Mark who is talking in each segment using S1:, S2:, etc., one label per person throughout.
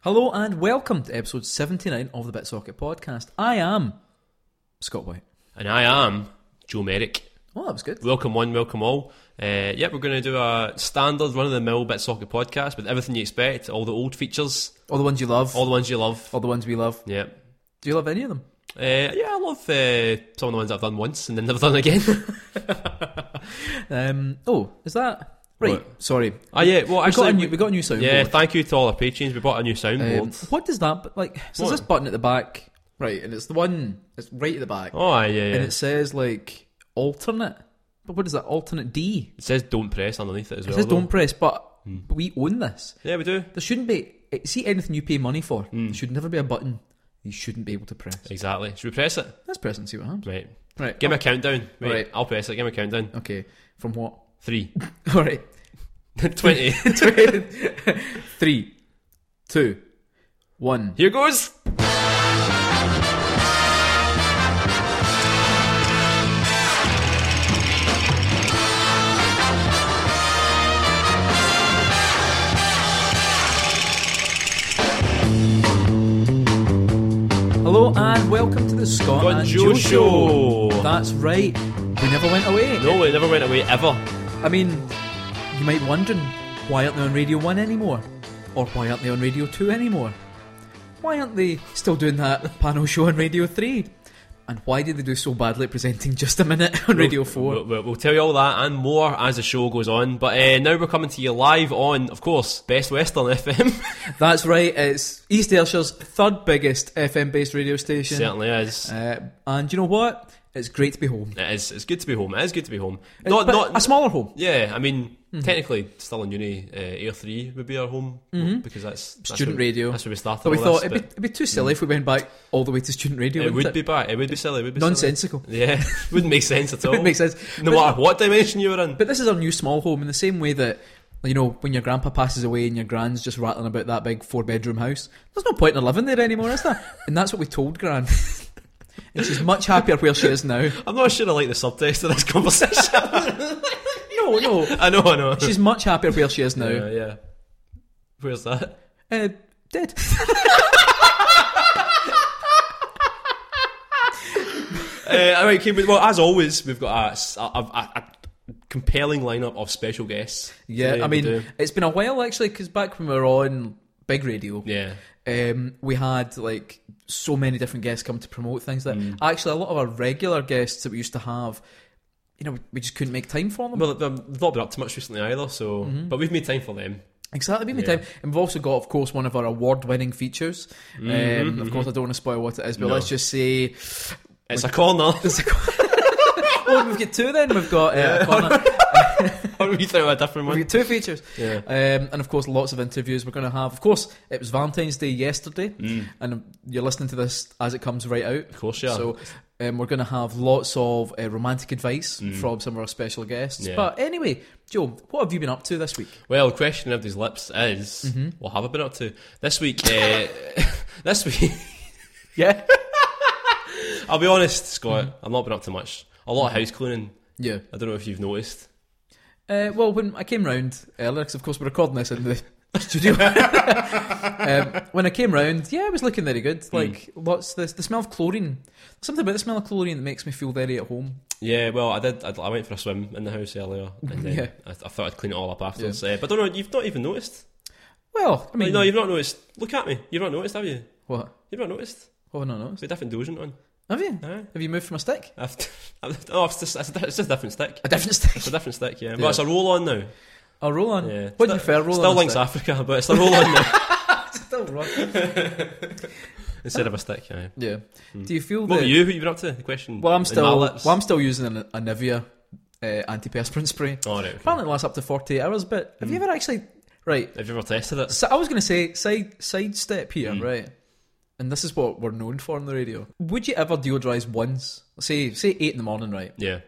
S1: Hello and welcome to episode 79 of the BitSocket podcast. I am Scott White.
S2: And I am Joe Merrick.
S1: Oh, that was good.
S2: Welcome one, welcome all. Uh, yep, we're going to do a standard run of the mill BitSocket podcast with everything you expect, all the old features,
S1: All the ones you love.
S2: all
S1: All,
S2: the ones you love.
S1: the ones we love.
S2: Yep.
S1: Do you love any of them?
S2: Uh, yeah, I love uh, some of the ones I've done once and then never done again.
S1: Um, oh, is that right?
S2: What?
S1: Sorry, we
S2: Ah, yeah, well, actually.
S1: got a new, we got a new soundboard.
S2: yeah, thank you to all our patrons. We bought a new
S1: Um,
S2: soundboard.
S1: what does that? But like, so there's
S2: What?
S1: this button at the back, right? And it's the one. It's right at the back,
S2: oh, aye, yeah, yeah.
S1: and it says like alternate. But what is that? Alternate D.
S2: it says don't press underneath it as
S1: It
S2: well.
S1: says
S2: though.
S1: don't press, but
S2: Hmm.
S1: we own this.
S2: Yeah, we do.
S1: There shouldn't be. eh, See anything you pay money for,
S2: Hmm.
S1: there should never be a button you shouldn't be able to press.
S2: Exactly. Should we press it?
S1: Let's press it and see what happens.
S2: Right.
S1: Right.
S2: Give me a countdown. Wait,
S1: Right. Oh.
S2: I'll press it. Give me a countdown.
S1: Okay. From what?
S2: Three.
S1: All right.
S2: Twenty.
S1: Three, two, one.
S2: Here goes.
S1: Hello and welcome to the Scott
S2: Got
S1: and
S2: Joe
S1: Joe
S2: Show.
S1: That's right. We never went away.
S2: No, it never went away ever.
S1: I mean, you might be wondering why aren't they on Radio One anymore, or why aren't they on Radio Two anymore? Why aren't they still doing that panel show on Radio Three? And why did they do so badly at presenting just a minute on Radio Four?
S2: We'll, we'll, we'll tell you all that and more as the show goes on. But uh, now we're coming to you live on, of course, Best Western FM.
S1: That's right. It's East Ayrshire's third biggest FM-based radio station.
S2: Certainly is.
S1: Uh, and you know what? It's great to be home.
S2: It is. It's good to be home. It is good to be home. Not,
S1: But Mm-hmm.
S2: not.
S1: a smaller home.
S2: yeah, I mean, technically, still in uni, uh, Air Three would be our home because that's, that's
S1: Mm-hmm. Student
S2: where-
S1: radio.
S2: Oh, That's where we started.
S1: But we
S2: all
S1: thought it'd
S2: this,
S1: be, it'd be too silly if we went back all the way to student radio.
S2: but it
S1: wouldn't
S2: would be back. It would be silly. It would be silly.
S1: nonsensical.
S2: Yeah, wouldn't make sense at all.
S1: It makes sense.
S2: No
S1: But-
S2: matter what dimension you were in.
S1: But this is our new small home in the same way that you know when your grandpa passes away and your grand's just rattling about that big four bedroom house. There's no point in living there anymore, is there? and that's what we told Gran. and she's much happier where she is now.
S2: I'm not sure I like the subtext of this conversation.
S1: No, no,
S2: I know, I know.
S1: she's much happier where she is now.
S2: Yeah, yeah. Where's that?
S1: Uh, dead.
S2: Uh, all right, okay, well, as always, we've got a, s- a- a- a compelling lineup of special guests.
S1: Yeah,
S2: today,
S1: I
S2: we
S1: mean,
S2: do.
S1: it's been a while actually because back when we were on Big Radio,
S2: yeah,
S1: um, we had like so many different guests come to promote things that
S2: Mm.
S1: actually a lot of our regular guests that we used to have, you know, we just couldn't make time for them.
S2: well, they've they've not been up to much recently either, so
S1: Mm-hmm.
S2: but we've made time for them.
S1: exactly, we made
S2: yeah.
S1: time, and we've also got, of course, one of our award-winning features. um, of course, I don't want to spoil what it is, but
S2: Mm-hmm, No.
S1: let's just say,
S2: It's a corner.
S1: well, oh, we've got two. Then we've got uh, a corner-
S2: we throw a different
S1: We've
S2: one.
S1: got two features.
S2: Yeah.
S1: Um, and of course, lots of interviews we're going to have. Of course, it was Valentine's Day yesterday, and you're listening to this as it comes right out. Of
S2: Mm. course you are.
S1: So um, we're going to have lots of uh, romantic advice from some of our special guests.
S2: Mm. Yeah.
S1: But anyway, Joe, what have you been up to this week?
S2: Well, the question of these lips is,
S1: Mm-hmm.
S2: what have I been up to this week? Uh, this week,
S1: Yeah.
S2: I'll be honest, Scott,
S1: Mm-hmm.
S2: I've not been up to much. A lot of house cleaning.
S1: yeah.
S2: I don't know if you've noticed.
S1: Uh, well, when I came round earlier, 'cause of course we're recording this in the studio. um, when I came round, yeah, it was looking very
S2: Mm.
S1: good. Like lots, the the smell of chlorine. Something about the smell of chlorine that makes me feel very at home.
S2: Yeah, well, I did. I, I went for a swim in the house earlier, and then
S1: Yeah.
S2: I, I thought I'd clean it all up afterwards. Uh, but I don't know. You've not even noticed.
S1: Well, I mean,
S2: no, you've not noticed. Look at me. You've not noticed, have you?
S1: what?
S2: You've not noticed.
S1: What have I not
S2: It's
S1: noticed?
S2: a different deodorant on.
S1: Have you?
S2: Aye.
S1: Have you moved from a stick?
S2: I've, I've, oh, it's just, it's, a, di- it's just a different stick.
S1: A different
S2: It's
S1: stick.
S2: a different stick, yeah. But
S1: Yeah.
S2: it's a roll on now.
S1: A roll on.
S2: Yeah.
S1: What do
S2: Still-
S1: you prefer, roll
S2: Still
S1: on? or
S2: links Mm.
S1: stick?
S2: Africa, but it's a roll on now
S1: Still roll.
S2: instead of a stick. Yeah.
S1: Yeah. Do you feel
S2: What
S1: that?
S2: were you? Who you been up to? The question.
S1: Well, I'm
S2: in
S1: still.
S2: My lips.
S1: Well, I'm still using a, a Nivea uh, antiperspirant spray.
S2: Oh, right, okay.
S1: Apparently, it lasts up to 48 hours. But have you
S2: Hmm.
S1: ever actually? Right.
S2: Have you ever tested it?
S1: So I was going to say side side step here,
S2: Hmm.
S1: right? And this is what we're known for on the radio. Would you ever deodorize once? Say say eight in the morning, right?
S2: Yeah.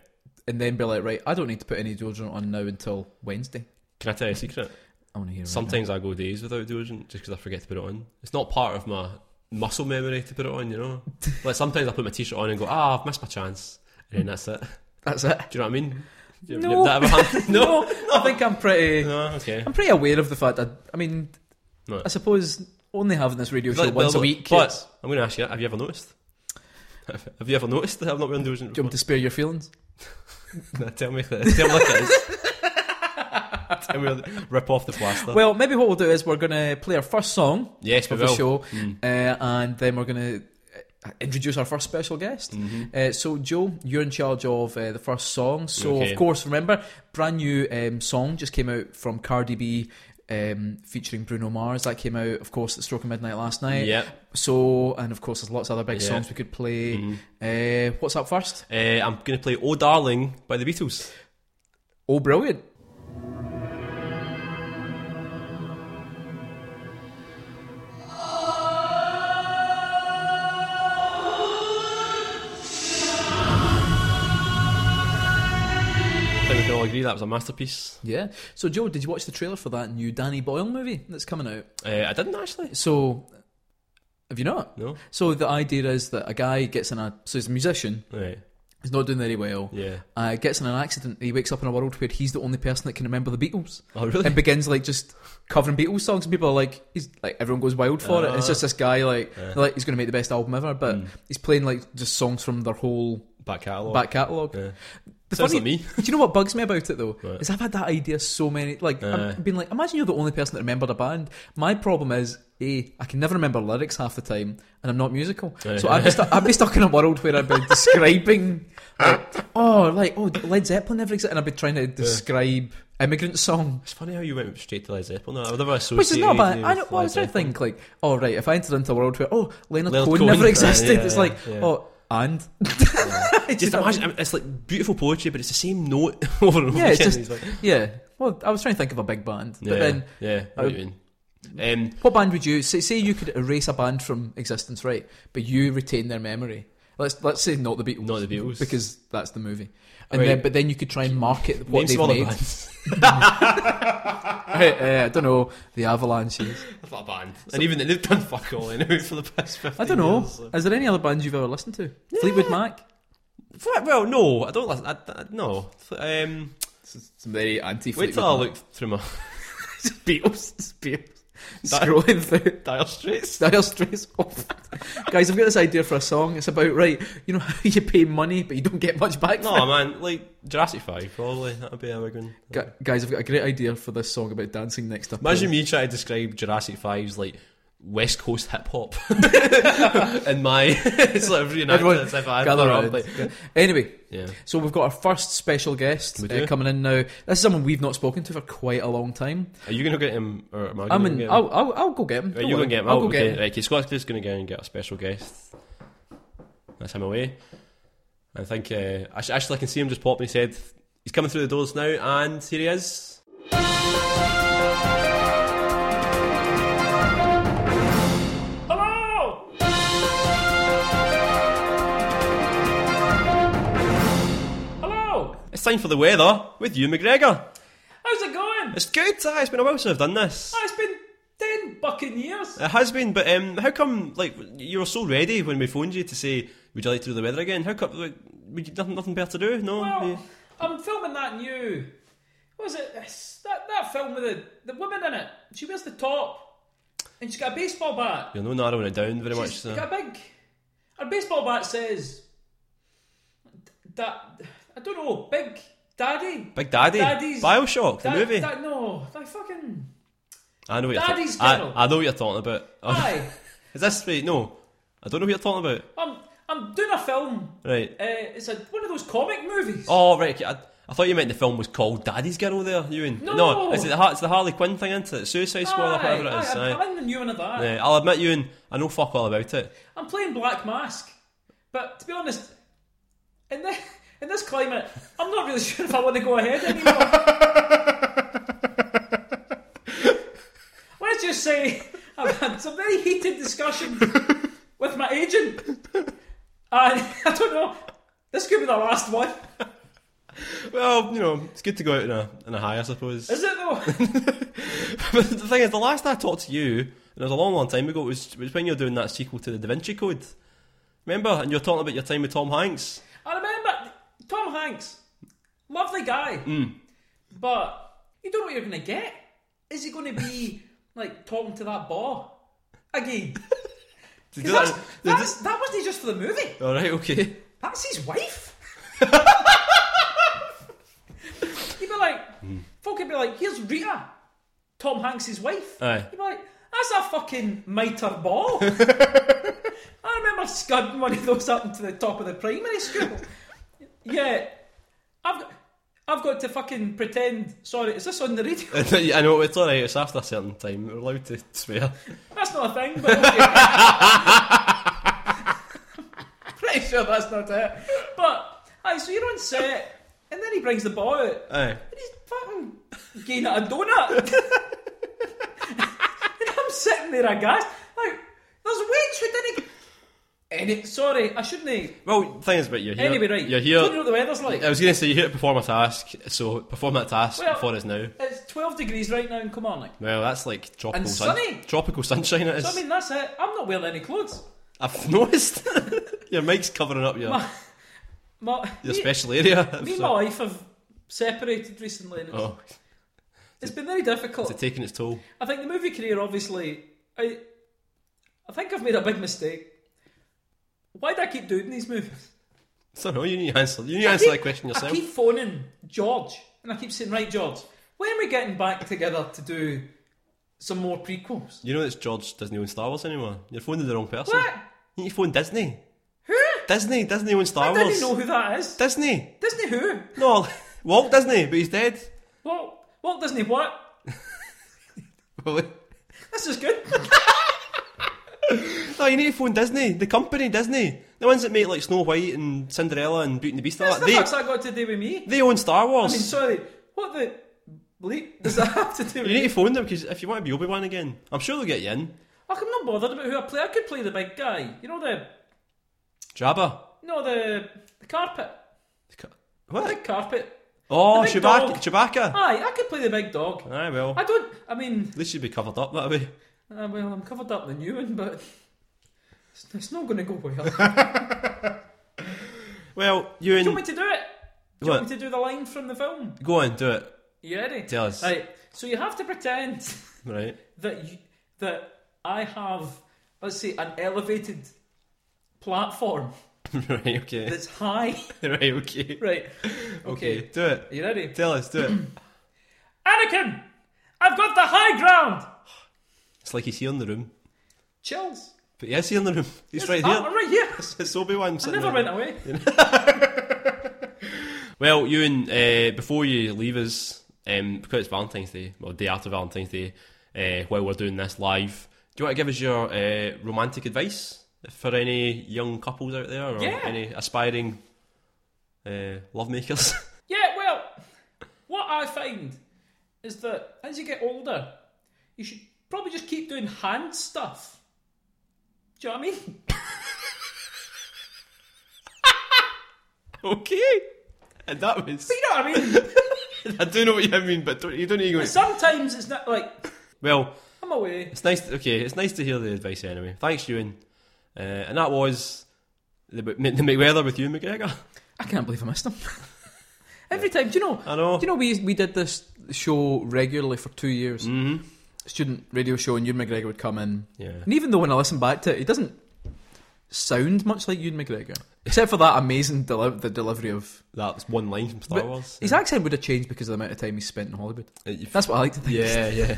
S1: And then be like, right, I don't need to put any deodorant on now until Wednesday.
S2: Can I tell you a secret?
S1: I want to hear. it right now.
S2: Sometimes I go days without deodorant just because I forget to put it on. It's not part of my muscle memory to put it on, you know? like sometimes I put my t shirt on and go, ah, I've missed my chance. And then that's it. Do
S1: That's it.
S2: you know what I mean? Do you-
S1: No.
S2: That ever happen? no.
S1: I think I'm pretty.
S2: No, okay.
S1: I'm pretty aware of the fact that I mean,
S2: Right.
S1: I suppose only having this radio show
S2: But-
S1: once
S2: but-
S1: a week.
S2: But I'm going to ask you, have you ever noticed? Have you ever noticed that I've not been delusional?
S1: do you want me to spare your feelings?
S2: No, tell me, tell me what it is. tell me, rip off the plaster.
S1: Well, maybe what we'll do is we're going to play our first song
S2: yes, we
S1: of the
S2: will.
S1: show,
S2: Mm.
S1: uh, and then we're going to introduce our first special guest.
S2: Mhm.
S1: Uh, so, Joe, you're in charge of uh, the first song. So,
S2: Okay.
S1: of course, remember, brand new um, song just came out from Cardi B um, featuring Bruno Mars. That came out, of course, at Stroke of Midnight last night.
S2: Yeah.
S1: So, and of course, there's lots of other big
S2: Yeah.
S1: songs we could play.
S2: Mhm.
S1: Uh, what's up first?
S2: Uh, I'm going to play "Oh Darling" by the Beatles.
S1: Oh, brilliant.
S2: I think we can all agree that was a masterpiece.
S1: Yeah. So, Joe, did you watch the trailer for that new Danny Boyle movie that's coming out?
S2: Uh, I didn't actually.
S1: So, have you not?
S2: No.
S1: So, the idea is that a guy gets in a. So, he's a musician,
S2: Right.
S1: he's not doing very well,
S2: Yeah.
S1: uh, gets in an accident, he wakes up in a world where he's the only person that can remember the Beatles.
S2: Oh really?
S1: and begins like just covering Beatles songs, and people are like, he's like everyone goes wild for it. And it's
S2: Ah.
S1: just this guy like,
S2: Yeah.
S1: they're like he's going to make the best album ever, but
S2: Mm.
S1: he's playing like just songs from their whole
S2: Back catalogue.
S1: back catalogue.
S2: Yeah.
S1: The
S2: Sounds
S1: funny,
S2: like me.
S1: do you know what bugs me about it though?
S2: Right. Uh.
S1: Is I've had that idea so many, like
S2: Aye.
S1: I've been like, imagine you're the only person that remembered a band. My problem is. A, I can never remember lyrics half the time, and I'm not musical,
S2: Aye.
S1: so I'd be, stu- I'd be stuck in a world where I'd be describing, like, oh, like oh, Led Zeppelin never existed, and I'd be trying to describe immigrant song.
S2: It's funny how you went straight to Led Zeppelin. I would never associate.
S1: Which is not bad.
S2: anything
S1: I,
S2: with
S1: don't, well, I was
S2: Led
S1: trying to
S2: Zeppelin.
S1: think, like, oh, right, if I entered into a world where, oh, Leonard,
S2: Leonard
S1: Cohen,
S2: Cohen.
S1: never
S2: Yeah,
S1: existed,
S2: yeah,
S1: it's
S2: yeah,
S1: like,
S2: yeah.
S1: oh, and?
S2: Just imagine, I mean, it's like beautiful poetry, but it's the same note over and over
S1: Yeah, it's
S2: again.
S1: just-
S2: It's like-
S1: Yeah. Well, I was trying to think of a big band.
S2: yeah,
S1: But then,
S2: yeah. I know what you mean. Um,
S1: what band would you say, say you could erase a band from existence, right? But you retain their memory. Let's let's say not the Beatles.
S2: Not the Beatles.
S1: Because that's the movie. And
S2: Right.
S1: then, but then you could try and market what
S2: name
S1: they've
S2: some other
S1: made.
S2: bands.
S1: Right, uh, I don't know, the Avalanches.
S2: I've got a band, and even they've done fuck all anyway for the past fifteen.
S1: I don't know.
S2: years, so.
S1: Is there any other bands you've ever listened to? Fleetwood Mac.
S2: Fuck, Well, no, I don't. I, I, no. Um,
S1: Some very anti.
S2: wait till I look through my
S1: Beatles, Beatles.
S2: That-
S1: Scrolling through
S2: Dire Straits.
S1: Dire Straits. Oh, Guys, I've got this idea for a song. It's about right. You know how you pay money but you don't get much back. for it?
S2: No, man, like Jurassic Five, probably. That'd be a big one.
S1: Gu- guys, I've got a great idea for this song about dancing next to. a
S2: Imagine
S1: pool.
S2: me trying to describe Jurassic 5's like West Coast hip hop in my sort of
S1: Everyone
S2: reenactment as if I had
S1: gather
S2: grown
S1: round.
S2: up, like,
S1: Yeah. Anyway,
S2: yeah.
S1: so we've got our first special guest
S2: We
S1: uh,
S2: do.
S1: coming in now. This is someone we've not spoken to for quite a long time.
S2: Are you gonna get him or am I gonna
S1: I
S2: get
S1: mean,
S2: him?
S1: I'll, I'll I'll go get him.
S2: Are
S1: Don't
S2: you
S1: worry.
S2: gonna get him?
S1: I'll
S2: Oh,
S1: go
S2: okay.
S1: get him.
S2: Right, okay, Scott's just gonna go and get a special guest. That's him away. I think uh, actually, actually I can see him just popping his head. He's coming through the doors now, and here he is.
S3: Hello! Hello!
S2: It's time for the weather with you, McGregor.
S3: How's it going?
S2: It's good. aye, it's been a while since I've done this.
S3: Oh, it's been 10 fucking years.
S2: It has been, but um, how come like you were so ready when we phoned you to say would you like to do the weather again? How come like, would you, nothing, nothing better to do? No,
S3: Well,
S2: Yeah.
S3: I'm filming that new. What was it? It's That, that film with the, the woman in it. She wears the top. And she's got a baseball bat.
S2: you're no narrowing it down very much.
S3: She's
S2: So.
S3: got a big. Her baseball bat says. That. I don't know. Big Daddy?
S2: Big Daddy,
S3: Daddy's-
S2: Bioshock,
S3: That-
S2: the movie.
S3: That, no. That fucking.
S2: I know what
S3: Daddy's
S2: you're talking.
S3: Girl.
S2: I, I know what you're talking about. Oh,
S3: Aye.
S2: is this right? No, I don't know what you're talking about.
S3: I'm I'm doing a film.
S2: Right.
S3: Uh, it's a, one of those comic movies.
S2: Oh, right. okay, I, I thought you meant the film was called Daddy's Girl. There, Ewan.
S3: No.
S2: it's, the, Har- it's the Harley Quinn thing, isn't it? Suicide Squad or whatever it is.
S3: I'm,
S2: aye.
S3: I'm in the new one of that.
S2: Yeah, I'll admit, Ewan, I know fuck all about it.
S3: I'm playing Black Mask, but to be honest, in this in this climate, I'm not really sure if I want to go ahead anymore. Let's just say I've had some very heated discussions with my agent, and I don't know. This could be the last one,
S2: Well, you know, it's good to go out in a in a high, I suppose.
S3: is it though?
S2: But the thing is, the last I talked to you, and it was a long, long time ago, was, was when you were doing that sequel to the Da Vinci Code. Remember? And you were talking about your time with Tom Hanks.
S3: I remember Tom Hanks, lovely guy, but you don't know what you're going to get. Is he going to be like talking to that ball?
S1: again.
S2: They do
S1: 'Cause
S2: that-
S1: That's,
S2: they
S1: that's, that wasn't just for the movie.
S2: do- All right, okay.
S1: That's his wife. You'd be like, folk would be like, here's Rita, Tom Hanks' wife.
S2: Aye.
S1: You'd be like, that's a fucking mitre ball. I remember scudding one of those up to the top of the primary school. yeah, I've got, I've got to fucking pretend. Sorry, is this on the radio?
S2: I know it's all right. It's after a certain time. We're allowed to swear.
S1: That's not a thing, but okay. Pretty sure that's not it. But, aye, so you're on set, and then he brings the ball out, and
S2: Aye.
S1: he's fucking getting a donut. and I'm sitting there aghast, like, there's Wedge who didn't. And it, sorry, I shouldn't have.
S2: Well, the thing is, but you're here.
S1: Anyway, right.
S2: You're
S1: Don't you know
S2: here.
S1: what the weather's like?
S2: I was going to say you're here to perform a task. So perform that task
S1: Well-
S2: before us now.
S1: It's 12 degrees right now in Kilmarnock.
S2: Well, that's like tropical
S1: And
S2: sun-
S1: sunny.
S2: tropical sunshine. It is.
S1: So, I mean, that's it. I'm not wearing any clothes.
S2: I've noticed your mic's covering up your
S1: My- My,
S2: your
S1: me,
S2: special area.
S1: me and
S2: So-
S1: my wife have separated recently, and it's
S2: oh,
S1: It's been very difficult.
S2: it's taking its toll.
S1: I think the movie career, obviously, I, I think I've made a big mistake. Why do I keep doing these movies?
S2: So no, you need to answer. You need to
S1: I
S2: answer
S1: keep-
S2: that question yourself.
S1: I keep phoning George, and I keep saying, "Right, George, when are we getting back together to do some more prequels?"
S2: You know it's George doesn't own Star Wars anymore. You're phoning the wrong person.
S1: What?
S2: You need to phone Disney.
S1: Who?
S2: Disney. Disney owns Star
S1: I
S2: Wars.
S1: didn't know who that is.
S2: Disney.
S1: Disney who?
S2: No, Walt Disney, but he's dead.
S1: Walt Walt Disney what?
S2: no,
S1: This is good.
S2: you need to phone Disney, the company Disney, the ones that make like Snow White and Cinderella and Beauty and the Beast. And all
S1: That's
S2: that.
S1: the
S2: They
S1: fuck's that got to do with me?
S2: they own Star
S1: I
S2: Wars.
S1: mean, sorry. What the bleep does that have to do with
S2: you need
S1: me?
S2: to phone them because if you want to be Obi Wan again, I'm sure they'll get you in.
S1: Look, I'm not bothered about who I play. I could play the big guy. You know the
S2: Jabba.
S1: No, the, the carpet. The
S2: What?
S1: big carpet.
S2: Oh,
S1: the big
S2: Chewbacca.
S1: dog.
S2: Chewbacca.
S1: Aye, I could play the big dog.
S2: Aye, well,
S1: I don't. I mean,
S2: at least you'd be covered up that way.
S1: uh, well, I'm covered up in the new one, but it's, it's not going to go well. do
S2: Well, you
S1: you
S2: and
S1: want me to do it? Do you
S2: What?
S1: want me to do the line from the film?
S2: go on, do it.
S1: You ready?
S2: Tell us.
S1: Right. So you have to pretend
S2: Right.
S1: that you, that I have, let's say, an elevated platform
S2: right. Okay.
S1: that's high.
S2: right. Okay.
S1: right.
S2: Okay.
S1: Okay.
S2: Do it.
S1: Are you ready?
S2: Tell us. Do it.
S1: Anakin, I've got the high ground.
S2: It's like he's here in the room,
S1: Chills.
S2: but he is here in the room. He's right
S1: Ah,
S2: here.
S1: I'm right here.
S2: It's Obi Wan
S1: I
S2: sitting
S1: never
S2: there.
S1: went away.
S2: Well, Ewan, uh, before you leave us, um, because it's Valentine's Day, well, day after Valentine's Day, uh, while we're doing this live, do you want to give us your uh, romantic advice for any young couples out there or
S1: Yeah.
S2: any aspiring uh, lovemakers?
S1: Yeah, well, what I find is that as you get older, you should probably just keep doing hand stuff. Do you know what I mean?
S2: okay. And that was.
S1: You know what I mean?
S2: I do know what you mean, but don't, you don't need to go.
S1: Sometimes it's not like,
S2: Well,
S1: I'm away.
S2: it's nice. okay, it's nice to hear the advice anyway. Thanks, Ewan. Uh, and that was the, the McWeather with Ewan McGregor.
S4: I can't believe I missed him. Every time, do you know?
S2: I know.
S4: Do you know we we did this show regularly for two years,
S2: Mm-hmm.
S4: student radio show, and Ewan McGregor would come in.
S2: Yeah.
S4: And even though when I listen back to it, he doesn't sound much like Ewan McGregor, except for that amazing deli- the delivery of.
S2: That's one line from Star
S4: But
S2: Wars.
S4: His accent would have changed because of the amount of time he spent in Hollywood.
S2: Uh, you-
S4: That's what I like to think.
S2: yeah, yeah.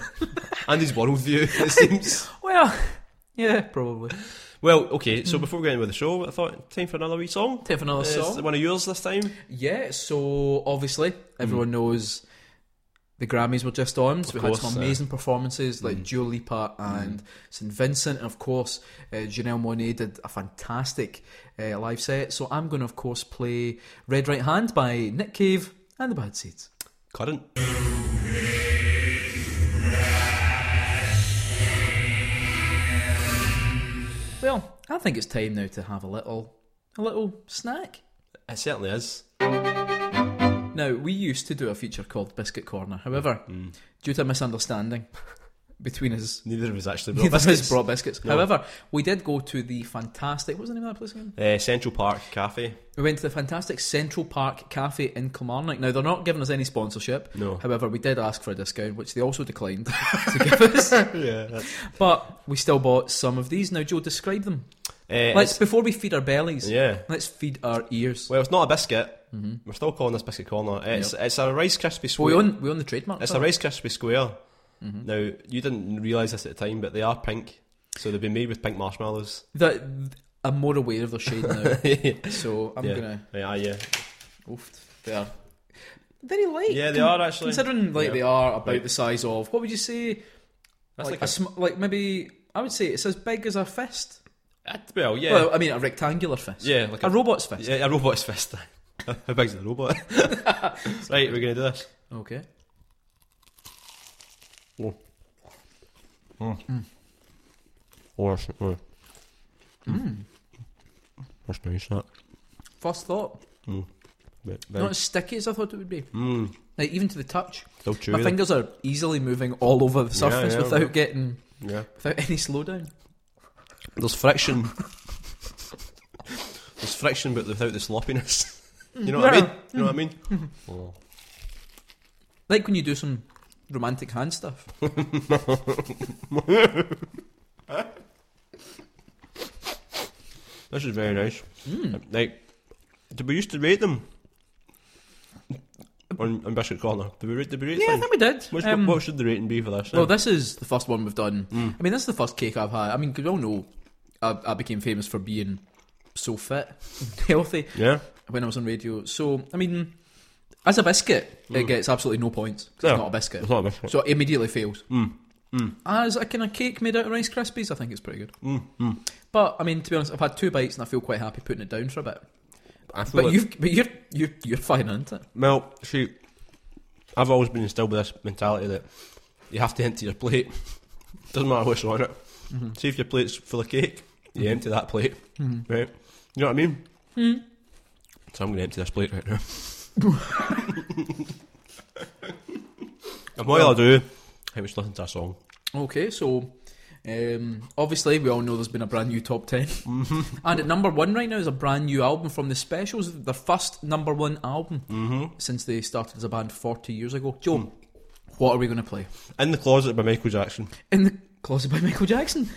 S2: and his worldview, it seems.
S4: Well, yeah, probably.
S2: well, okay, so before we get into the show, I thought time for Hmm. another wee song.
S4: Time for another
S2: It's
S4: song.
S2: one of yours this time.
S4: Yeah, so obviously everyone knows the Grammys were just on, so
S2: Of
S4: we had
S2: course,
S4: some
S2: uh,
S4: amazing performances like Dua Lipa and St Vincent, and of course uh, Janelle Monet did a fantastic uh, live set. So I'm going to, of course, play Red Right Hand by Nick Cave and the Bad Seeds.
S2: Current.
S4: Well, I think it's time now to have a little, a little snack.
S2: It certainly is. Mm,
S4: Now, we used to do a feature called Biscuit Corner. However, due to a misunderstanding,
S1: between us.
S2: Neither of us actually brought
S1: Neither of us
S2: biscuits.
S1: brought biscuits.
S2: No.
S1: However, we did go to the fantastic. What was the name of that place again?
S2: Uh, Central Park Cafe.
S1: We went to the fantastic Central Park Cafe in Kilmarnock. Now, they're not giving us any sponsorship.
S2: No.
S1: However, we did ask for a discount, which they also declined to give us.
S2: yeah.
S1: But we still bought some of these. Now, Joe, describe them. Let's before we feed our bellies.
S2: Uh, yeah.
S1: Let's feed our ears.
S2: Well, it's not a biscuit. We're still calling this biscuit corner. It's it's a Rice Krispie
S1: Well, we
S2: square.
S1: own we own the trademark.
S2: it's
S1: for
S2: a
S1: it.
S2: Rice Krispie square.
S1: Mm-hmm.
S2: Now you didn't realise this at the time, but they are pink, so they've been made with pink marshmallows.
S1: That I'm more aware of their shade now,
S2: yeah,
S1: so I'm
S2: yeah,
S1: gonna.
S2: yeah, yeah.
S1: Oof, they are very light.
S2: Yeah, they
S1: con-
S2: are actually.
S1: Considering like
S2: Yeah.
S1: they are about
S2: Right.
S1: the size of what would you say?
S2: That's
S1: like
S2: like
S1: a,
S2: a-
S1: sm- like maybe I would say it's as big as a fist.
S2: Uh, well, yeah,
S1: Well, I mean a rectangular fist.
S2: yeah, like
S1: A
S2: a,
S1: robot's fist.
S2: yeah, a robot's fist. How big's the robot? right, we're gonna do this.
S1: Okay.
S2: Or mm.
S1: Hmm.
S2: that's nice. That
S1: First thought,
S2: But- but-
S1: not as sticky as I thought it would be.
S2: mm,
S1: Like even to the touch,
S2: still chewy.
S1: my
S2: though.
S1: fingers are easily moving all over the
S2: Yeah,
S1: surface
S2: yeah,
S1: without
S2: yeah.
S1: getting
S2: Yeah.
S1: without any slowdown.
S2: There's friction. There's friction, but without the sloppiness. You know what I mean? You know what I mean? Oh.
S1: Like when you do some romantic hand stuff.
S2: This is very nice.
S1: Mm.
S2: Like, did we used to rate them on, on Biscuit Corner? Did we rate? Did we rate
S1: Yeah, I
S2: things?
S1: think we did.
S2: What's-
S1: Um,
S2: what should the rating be for this?
S1: Well,
S2: then?
S1: this is the first one we've done. I mean, this is the first cake I've had. I mean, 'cause we all know I, I became famous for being so fit, and healthy
S2: yeah,
S1: when I was on radio. So, I mean, as a biscuit, it gets absolutely no points 'cause
S2: Yeah. Mm.
S1: it's not a biscuit.
S2: it's not a biscuit.
S1: So it immediately fails. As a kind of cake made out of Rice Krispies, I think it's pretty good.
S2: Mm,
S1: But I mean, to be honest, I've had two bites and I feel quite happy putting it down for a bit.
S2: I feel
S1: But
S2: like-
S1: you've, but you're, you're, you're fine, aren't it?
S2: Well, shoot, I've always been instilled with this mentality that you have to empty your plate. Doesn't matter what's on it.
S5: Mm-hmm.
S2: See if your plate's full of cake, you empty that plate, right? You know what I mean? So I'm going to empty this plate right now. and while I do, I was listening to a song.
S1: Okay, so um, obviously we all know there's been a brand new top 10 and at number one right now is a brand new album from the Specials, their first number one album since they started as a band 40 years ago. Joe, what are we going to play?
S2: In the Closet by Michael Jackson.
S1: In the Closet by Michael Jackson.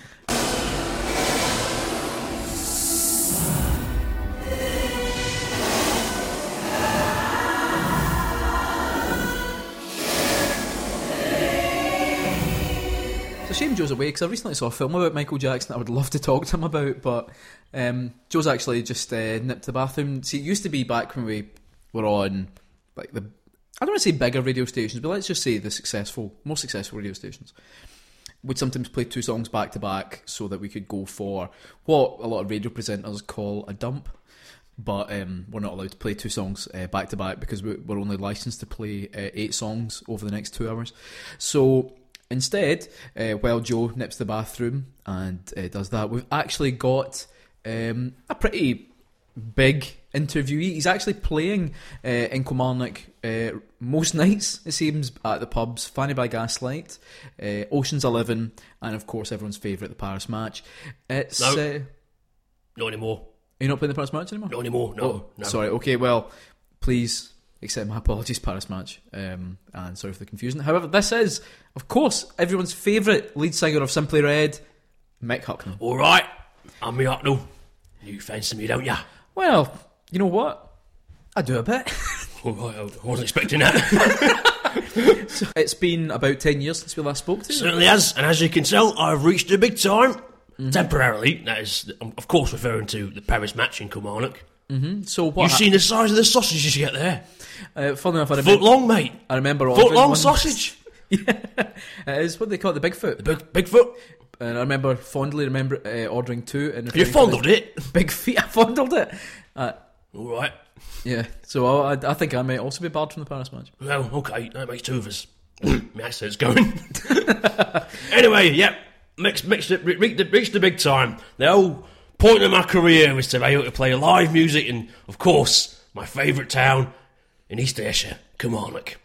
S1: It's a shame Joe's away because I recently saw a film about Michael Jackson that I would love to talk to him about, but um, Joe's actually just uh, nipped to the bathroom. See, it used to be back when we were on like the I don't want to say bigger radio stations, but let's just say the successful, more successful radio stations would sometimes play two songs back to back so that we could go for what a lot of radio presenters call a dump. But um, we're not allowed to play two songs uh, back to back because we- we're only licensed to play uh, eight songs over the next two hours. So instead, uh, while Joe nips the bathroom and uh, does that, we've actually got um, a pretty big interviewee. He's actually playing uh, in Kilmarnock uh, most nights, it seems, at the pubs Fanny by Gaslight, uh, Ocean's Eleven, and of course everyone's favourite, the Paris match. It's.
S2: No.
S1: Uh,
S2: No anymore.
S1: are you not playing the Paris match anymore?
S2: No anymore. No.
S1: Oh,
S2: no.
S1: sorry. Okay, well, please accept my apologies, Paris match, um, and sorry for the confusion. However, this is, of course, everyone's favourite lead singer of Simply Red, Mick Hucknall.
S2: All right. I'm me up now. You fancy me, don't ya?
S1: Well, you know what? I do a bit.
S2: All right, I wasn't expecting that.
S1: it's been about ten years since we last spoke to you.
S2: Certainly has, and as you can tell, I've reached the big time. Temporarily, that is, I'm of course, referring to the Paris match in Kilmarnock.
S1: So what?
S2: You've seen the size of the sausages you get there.
S1: Uh, funnily enough, I
S2: Foot
S1: remember.
S2: long, mate.
S1: I remember all
S2: Foot
S1: of
S2: long
S1: one-
S2: sausage.
S1: It is what they call it, the Bigfoot.
S2: Big, big foot.
S1: And I remember fondly remember uh, ordering two. And
S2: You fondled it.
S1: Big feet. I fondled it. Uh,
S2: All right.
S1: yeah. So I, I I think I may also be barred from the Paris match.
S2: Well, okay, that makes two of us. My accent's going. anyway, yep, mixed, mixed it, re- reached, the, reached the big time. The whole point of my career was to be able to play live music in, of course, my favourite town in East Asia, Kilmarnock.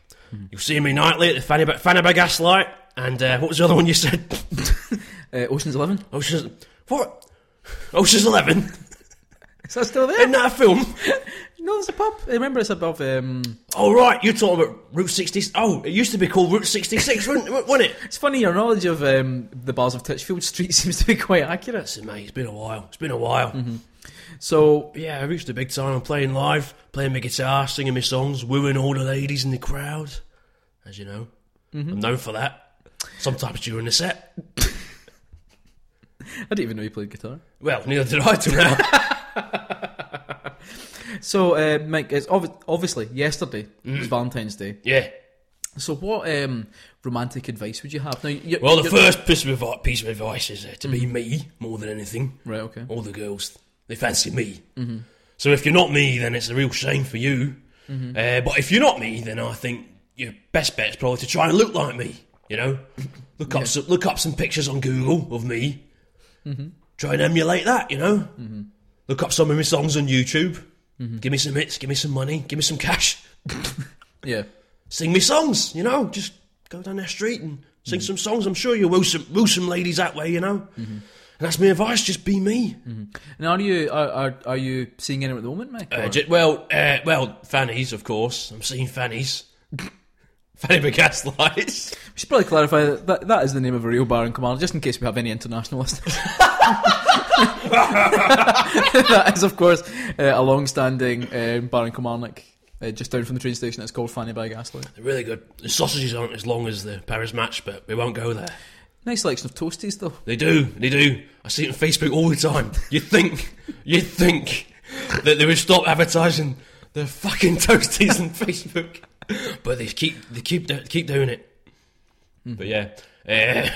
S2: You'll see me nightly at the Fanny, Fanny by Gaslight,
S5: And uh, what was the other one you said?
S1: Uh, Ocean's Eleven.
S5: Ocean's what? Ocean's Eleven.
S1: Is that still there?
S5: Isn't that a film?
S1: No, it's a pub. I remember it's above. Um,
S5: Oh right, you're talking about Route 66. Oh, it used to be called Route 66, wasn't, wasn't it?
S1: it's funny your knowledge of um, the bars of Titchfield Street seems to be quite accurate.
S5: Listen, mate, it's been a while. It's been a while.
S1: So
S5: But yeah, I reached a big time. I'm playing live, playing my guitar, singing my songs, wooing all the ladies in the crowd. As you know, I'm known for that. Sometimes during the set.
S1: I didn't even know you played guitar.
S5: Well, neither did I till now.
S1: So uh, Mike, it's obvi- obviously yesterday
S2: Mm.
S1: was Valentine's Day.
S5: yeah.
S1: So what um, romantic advice would you have? Now, you
S5: Well, the
S1: you're-
S5: first piece of, advi- piece of advice is uh, to be me more than anything.
S1: right, okay,
S5: All the girls, they fancy me. So if you're not me, then it's a real shame for you. Uh, but if you're not me, then I think your best bet is probably to try and look like me. You know, look up some, look up some pictures on Google of me. Try and emulate that. You know, look up some of my songs on YouTube. Give me some hits. Give me some money. Give me some cash.
S1: yeah,
S5: Sing me songs. You know, just go down that street and sing some songs. I'm sure you'll woo some, woo some ladies that way. You know, and that's my advice. Just be me.
S1: And are you are, are, are you seeing anyone at the moment, Mike?
S5: Uh,
S1: or-
S5: j- well, uh, well, Fanny's, of course. I'm seeing Fanny's. Fanny McGass lights.
S1: we should probably clarify that, that that is the name of a real bar in Kamala, just in case we have any international listeners. that is, of course, uh, a long-standing um, bar in Kilmarnock, uh, just down from the train station. It's called Fanny by Gaslight.
S5: They're really good. The sausages aren't as long as the Paris match, but we won't go there.
S1: Nice selection of toasties, though.
S5: They do, they do. I see it on Facebook all the time. You'd think, you'd think that they would stop advertising their fucking toasties on Facebook, but they keep, they keep, do- keep doing it. But yeah, uh,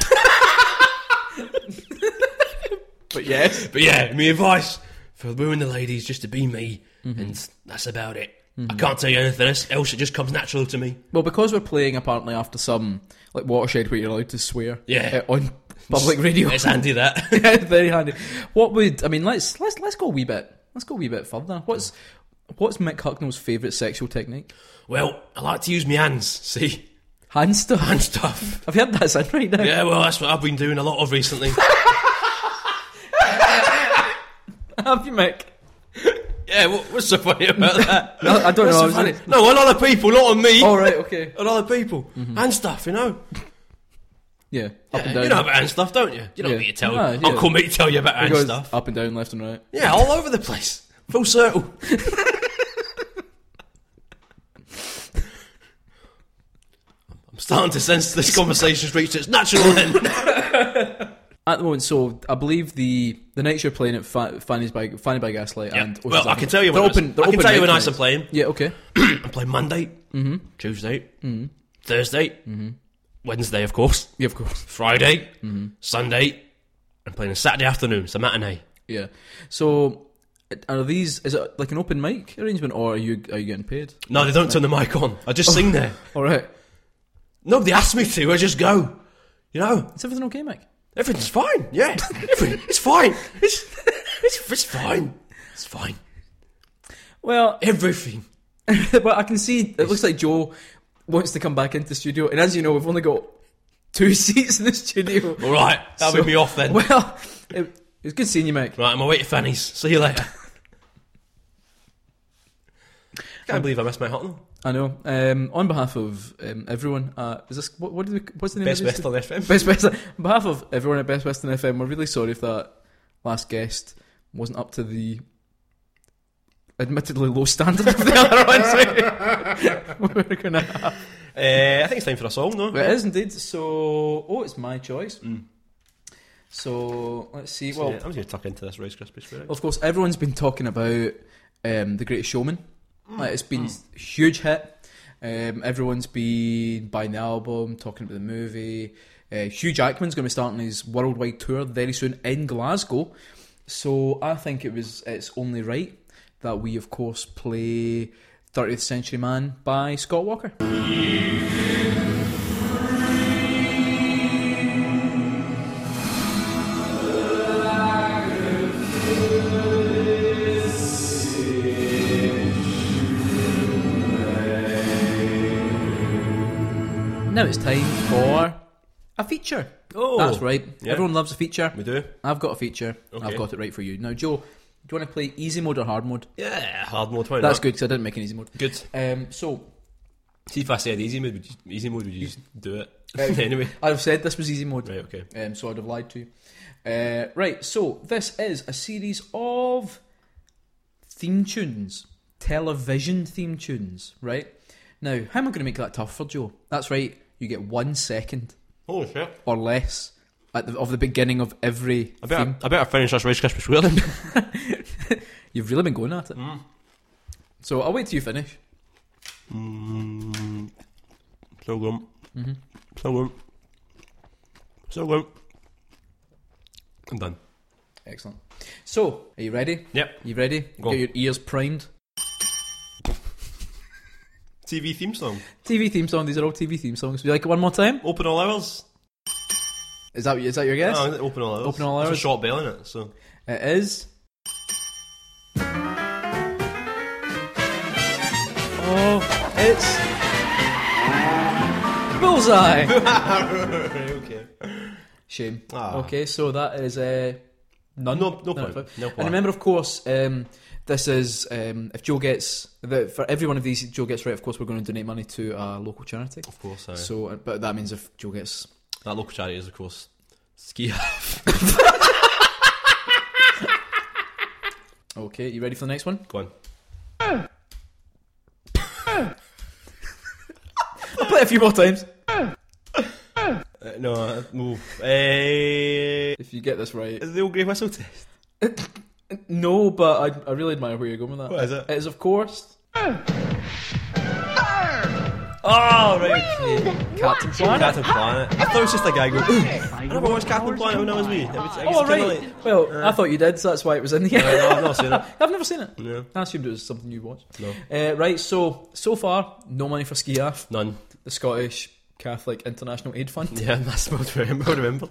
S1: But yes,
S5: But yeah, my advice for women the ladies just to be me,
S1: Mm-hmm.
S5: and that's about it. I can't tell you anything else. else, It just comes natural to me.
S1: well, because we're playing apparently after some like watershed where you're allowed to swear,
S5: Yeah.
S1: uh, on public radio.
S5: It's handy that.
S1: Yeah, very handy. What would I mean? Let's let's let's go a wee bit. Let's go a wee bit further. What's what's Mick Hucknall's favourite sexual technique?
S5: well, I like to use my hands. See,
S1: Hand stuff.
S5: hand stuff.
S1: I've heard that's in right now.
S5: Yeah, well, that's what I've been doing a lot of recently.
S1: Have you, Mick?
S5: yeah, what, what's so funny about that?
S1: No, I don't
S5: What's
S1: know. I
S5: so
S1: was Oh.
S5: funny? No, on other people, not on me.
S1: All right. Okay.
S5: On other people, hand stuff. You know,
S1: Yeah. Up and Mm-hmm. down.
S5: you know about hand stuff, don't you? You know
S1: Yeah.
S5: me to tell
S1: No, yeah.
S5: Uncle me to tell you about
S1: It
S5: hand
S1: goes
S5: stuff.
S1: Up and down, left and right.
S5: Yeah, all over the place, full circle. I'm starting to sense this conversation's reached its natural end.
S1: At the moment, so I believe the the nights you're playing at Fa- Fanny's by Fanny by Gaslight and Ocean's
S5: Well, I
S1: Eleven,
S5: can tell you
S1: they're
S5: when
S1: open.
S5: it's-
S1: They're
S5: I can
S1: open Mm-hmm.
S5: tell you
S1: mic
S5: when I'm
S1: nights.
S5: playing.
S1: Yeah. Okay.
S5: I'm playing Monday, Tuesday,
S1: Mm-hmm.
S5: Thursday, Wednesday, of course,
S1: Yeah. Of course.
S5: Friday,
S1: Mm-hmm.
S5: Sunday. I'm playing a Saturday afternoon. It's a matinee.
S1: Yeah. So. Are these? Is it like an open mic arrangement, or are you are you getting paid?
S5: No, they don't turn the mic on. I just sing there.
S1: All right.
S5: Nobody asked me to. I just go. You know,
S1: Is everything okay, Mike?
S5: everything's fine. Yeah, Everything- it's fine. It's, it's it's fine. It's fine.
S1: Well,
S5: Everything.
S1: but I can see it looks like Joe wants to come back into the studio, and as you know, we've only got two seats in the studio.
S5: All right, that'll
S1: So-
S5: be me off then. Right,
S1: Well, it, it was good seeing you, Mike.
S5: I'm away to Fanny's. See you later. Can't believe I missed my hot one.
S1: I know. Um, on behalf of um, everyone, uh, is this what? What do we? What's the name?
S5: Best
S1: of this?
S5: Western FM.
S1: Best Western. On behalf of everyone at Best Western FM, we're really sorry if that last guest wasn't up to the admittedly low standard of the other ones. we we're gonna have.
S2: Eh,
S5: Uh, I think it's time for a song, no?
S1: Well, it is indeed. So, oh, it's my choice. So let's see.
S5: So,
S1: Well,
S5: yeah, I'm just going to tuck into this Rice Krispie spirit.
S1: of course, everyone's been talking about um, the Greatest Showman. Like, it's been a huge hit. Um, everyone's been buying the album, talking about the movie. Uh, Hugh Jackman's going to be starting his worldwide tour very soon in Glasgow. So I think it was it's only right that we, of course, play 30th Century Man by Scott Walker. Now it's time for a feature.
S2: Oh,
S1: That's right.
S2: yeah.
S1: Everyone loves a feature.
S2: We do.
S1: I've got a feature.
S2: Okay.
S1: I've got it right for you. Now, Joe, do you want to play easy mode or hard mode?
S2: Yeah, hard mode. Why
S1: That's
S2: not?
S1: good because I didn't make an easy mode.
S2: Good.
S1: Um, so
S2: See if I said easy mode, would you, easy mode, would you just do it anyway?
S1: I'd have said this was easy mode,
S2: Right. Okay.
S1: um, so I'd have lied to you. Uh, right. So this is a series of theme tunes, television theme tunes. Right. Now, how am I going to make that tough for Joe? That's right. You get one second
S2: Holy shit!
S1: or less at the, of the beginning of every
S2: I
S1: theme.
S2: better, I better finish this Rice Krispie Square. then.
S1: You've really been going at it. So I'll wait till you finish.
S2: Mm, so glum. So glum. So glum. I'm done.
S1: Excellent. So, are you ready?
S2: Yep.
S1: You ready?
S2: Go.
S1: Got your ears primed.
S2: TV theme song.
S1: TV theme song. These are all TV theme songs. Would you like it one more time?
S2: Open all hours.
S1: Is that is that your guess?
S2: Ah, open all hours.
S1: Open all
S2: There's
S1: hours.
S2: a short bell in it, so.
S1: It is. Oh, it's bullseye.
S2: okay.
S1: Shame.
S2: Ah.
S1: Okay, so that is uh, none.
S2: No- no
S1: None
S2: point.
S1: at five.
S2: No
S1: And
S2: point.
S1: remember, of course, um, this is um, if Joe gets the, for every one of these Joe gets right. Of course, we're going to donate money to a local charity.
S2: Of course, aye.
S1: So, uh, but that means if Joe gets
S2: that local charity is, of course, Ski.
S1: okay, you ready for the next one?
S2: Go on.
S1: I'll play it a few more times.
S2: Uh, no, uh, move. Eh,
S1: If you get this right,
S2: is the old grey whistle test?
S1: no, but I, I really admire where you're going with that.
S2: What is it?
S1: It is, of course,
S2: Oh, right. okay.
S1: Ah, Captain Planet.
S2: Captain Planet. I thought it was just a guy going, I never watched Captain Planet when I was wee. It was- I
S1: Oh,
S2: was kinda
S1: right.
S2: like-
S1: Well, I thought you did, so that's why it was in the
S2: No, no, I've
S1: end.
S2: not seen it.
S1: I've never seen it.
S2: No.
S1: I assumed it was something you watched.
S2: No.
S1: Uh, right, so so far, no money for Ski Aff,
S2: None.
S1: the Scottish Catholic International Aid Fund.
S2: Yeah, that's what I remember- remembered.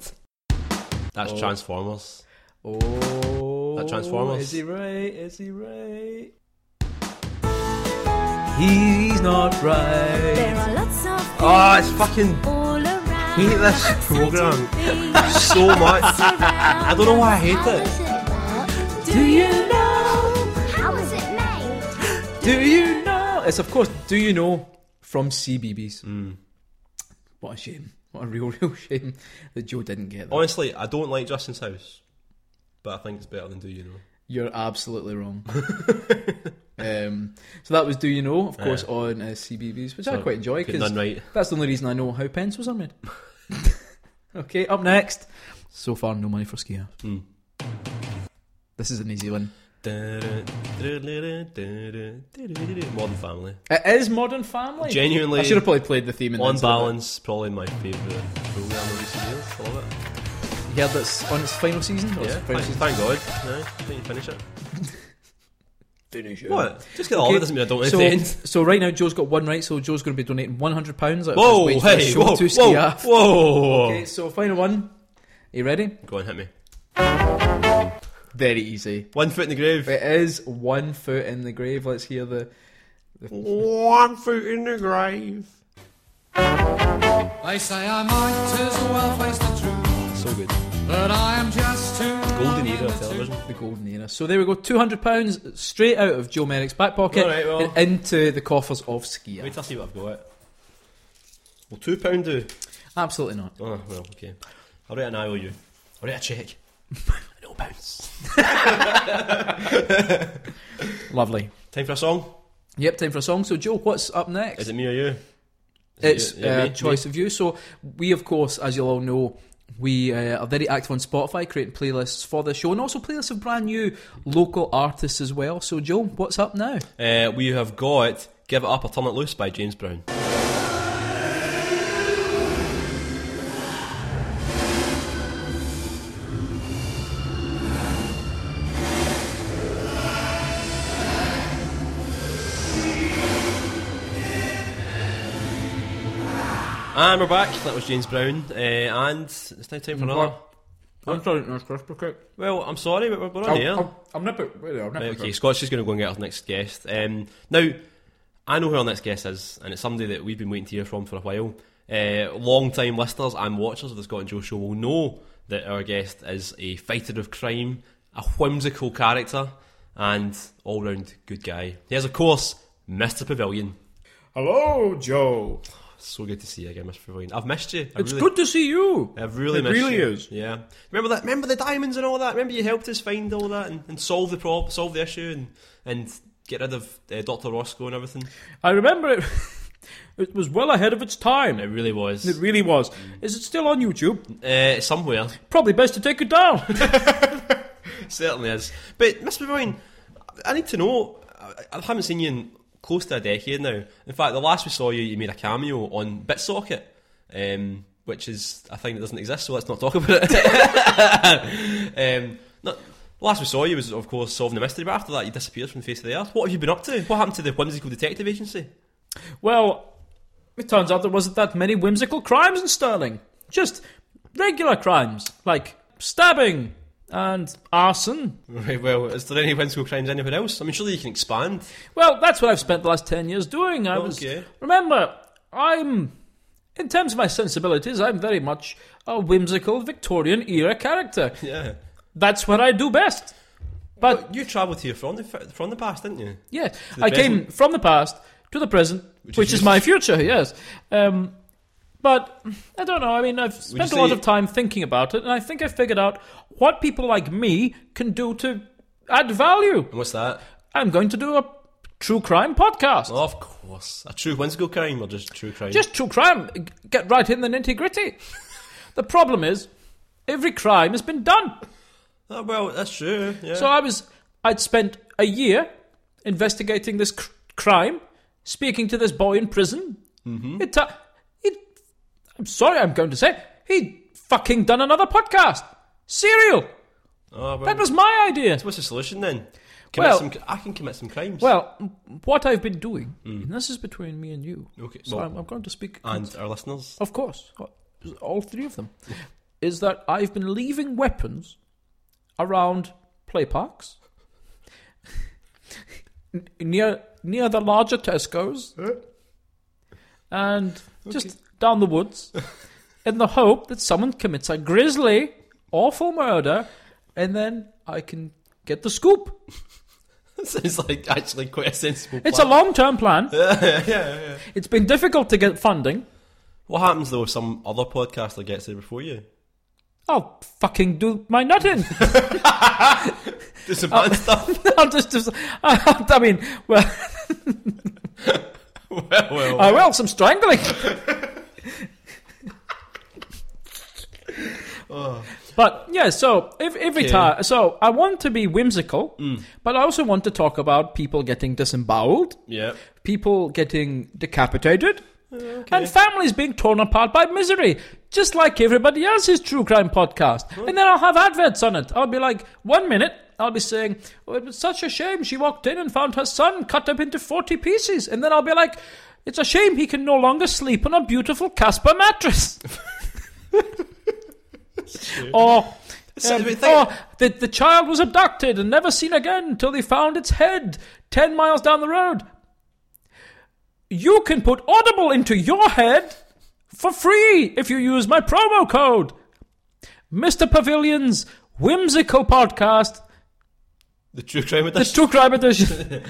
S2: That's
S1: Oh.
S2: Transformers.
S1: Oh,
S2: That Transformers.
S1: Is he right? Is he right? He's not right.
S6: There are lots of things
S2: Oh, it's fucking
S6: all around.
S2: hate this
S6: us to
S2: programme.
S6: do.
S2: so much.
S6: I
S2: don't know why I hate it.
S6: Do you know? How was it made?
S1: Do you know? It's of course. Do you know from CBBS? What a shame. What a real, real shame that Joe didn't get that.
S2: Honestly, I don't like Justin's house, but I think it's better than Do You Know.
S1: You're absolutely wrong. um, so that was Do You Know, of course, on uh, CBBS, which I
S2: So,
S1: quite enjoy
S2: Put
S1: because
S2: none right.
S1: that's the only reason I know how pencils are made. okay, up next. So far, no money for skier.
S2: Mm.
S1: This is an easy one.
S2: Modern Family.
S1: It is Modern Family.
S2: Genuinely,
S1: I should have probably played the theme in
S2: on
S1: this a little
S2: balance, probably my favourite programme of recent years. I love it.
S1: bit. You heard that's on its final season? Or its
S2: Yeah,
S1: final
S2: thank,
S1: season?
S2: thank God. No, didn't you finish it?
S1: Finish it.
S2: What? Just get all of it doesn't mean I don't
S1: So,
S2: attend.
S1: so right now Joe's got one right, so Joe's going to be donating one hundred pounds.
S2: Whoa,
S1: wage for
S2: hey,
S1: the show
S2: whoa,
S1: to
S2: whoa,
S1: Skiaff.
S2: whoa.
S1: Okay, so final one. you ready?
S2: Go on, hit me.
S1: Very easy.
S2: One foot in the grave.
S1: It is one foot in the grave. Let's hear the.
S2: One foot in the grave.
S7: They say I might as well face the truth,
S2: So good.
S7: but I am just too
S2: Golden era of television.
S1: The golden era. So there we go. Two hundred pounds straight out of Joe Merrick's back pocket
S2: All right, well.
S1: and into the coffers of Skia.
S2: Wait till I see what I've got. Will two pound do?
S1: Absolutely not.
S2: Oh well, okay. I'll write an IOU. I'll write a check. no pounds.
S1: Lovely.
S2: Time for a song.
S1: Yep, time for a song. So Joe, what's up next?
S2: Is it me or you? Is it
S1: it's
S2: you- yeah,
S1: uh,
S2: me?
S1: choice of you. So we, of course, as you'll all know, we uh, are very active on Spotify, creating playlists for the show, and also playlists of brand new local artists as well. So Joe, what's up now?
S2: Me? Uh, we have got "Give It Up or Turn It Loose" by James Brown. And we're back. That was James Brown, uh, and it's now time for another.
S1: I'm sorry, no, crisp cake.
S2: Well, I'm sorry, but we're-
S5: Oh,
S2: we're on here.
S1: I'm not. Really, I'm not.
S2: Right, okay, Scott's just going to go and get our next guest. Um, now, I know who our next guest is, and it's somebody that we've been waiting to hear from for a while. Uh, Long time listeners and watchers of the Scott and Joe Show will know that our guest is a fighter of crime, a whimsical character, and all round good guy. He is, of course, Mr. Pavilion.
S1: Hello, Joe.
S2: So good to see you again, Mr. Pavilion. I've missed you. I
S5: It's
S2: really,
S5: good to see you.
S2: I've really
S1: It
S2: missed
S1: really
S2: you.
S1: is.
S2: Yeah. Remember that? Remember the diamonds and all that? Remember you helped us find all that and, and solve the problem, solve the issue, and and get rid of uh, Doctor Roscoe and everything.
S1: I remember it. It was well ahead of its time.
S2: It
S1: It
S2: really was.
S1: really was. Is it still on YouTube?
S2: Uh, somewhere.
S1: Probably best to take it down.
S2: Certainly is. But, Mr. Pavilion, I need to know. I, I haven't seen you in close to a decade now. In fact, the last we saw you, you made a cameo on Bitsocket, um, which is a thing that doesn't exist, so let's not talk about it. um, not, last we saw you was, of course, solving the mystery, but after that, you disappeared from the face of the earth. What have you been up to? What happened to the Whimsical Detective Agency?
S1: Well, it turns out there wasn't that many whimsical crimes in Sterling. Just regular crimes, like stabbing and arson.
S2: Right, well, is there any whimsical crimes anywhere else? I mean, surely you can expand.
S1: Well, that's what I've spent the last 10 years doing. I was.
S2: Okay.
S1: Remember, I'm. In terms of my sensibilities, I'm very much a whimsical Victorian era character.
S2: Yeah.
S1: That's what I do best. But,
S2: You travelled here from the, from the past, didn't you?
S1: yeah,
S2: the
S1: I came
S2: present.
S1: from the past to the present, which,
S2: is
S1: is,
S2: your-
S1: my future, yes. Um, but, I don't know. I mean, I've
S2: Would you
S1: spent a lot
S2: say-
S1: of time thinking about it, and I think I figured out what people like me can do to add value.
S2: And what's that? Oh,
S1: I'm going to do a true crime podcast.
S2: Of course. A true whimsical crime or just true crime?
S1: Just true crime. G- Get right in the nitty gritty. the problem is, every crime has been done.
S2: Oh, well, that's true. Yeah.
S1: So I was, I'd spent a year investigating this cr- crime, speaking to this boy in prison. Mm-hmm. It, ta- it, I'm sorry, I'm going to say he fucking done another podcast. Serial.
S2: oh, well,
S1: That was my idea.
S2: what's the solution then? Commit
S1: Well-
S2: some, I can commit some crimes.
S1: Well, m- what I've been doing, and this is between me and you.
S2: Mm. Okay,
S1: So
S2: well-
S1: I'm, I'm going to speak
S2: and our listeners.
S1: Of course, Uh, all three of them. is that I've been leaving weapons around play parks, n- near near the larger Tesco's, and just down the woods, in the hope that someone commits a grisly, awful murder, and then I can get the scoop.
S2: Sounds like actually quite a sensible
S1: It's a
S2: plan.
S1: long term plan. It's been difficult to get funding.
S2: What happens though if some other podcaster gets there before you?
S1: I'll fucking do my nutting.
S2: Do some
S1: Uh,
S2: bad stuff.
S1: I'll just, just I, I mean, well,
S2: well, well.
S1: I will some strangling. But yeah, so ev- every
S2: Okay.
S1: time, so I want to be whimsical, but I also want to talk about people getting disemboweled,
S2: yeah.
S1: people getting decapitated, and families being torn apart by misery, just like everybody else's true crime podcast. And then I'll have adverts on it. I'll be like, one minute, I'll be saying, oh, it was such a shame she walked in and found her son cut up into 40 pieces. And then I'll be like, it's a shame he can no longer sleep on a beautiful Casper mattress. or.
S2: So,
S1: um,
S2: but think-
S1: or the, the child was abducted and never seen again until they found its head 10 miles down the road you can put Audible into your head for free if you use my promo code. Mr. Pavilion's whimsical podcast,
S2: The true crime
S1: the
S2: edition.
S1: True Crime Edition.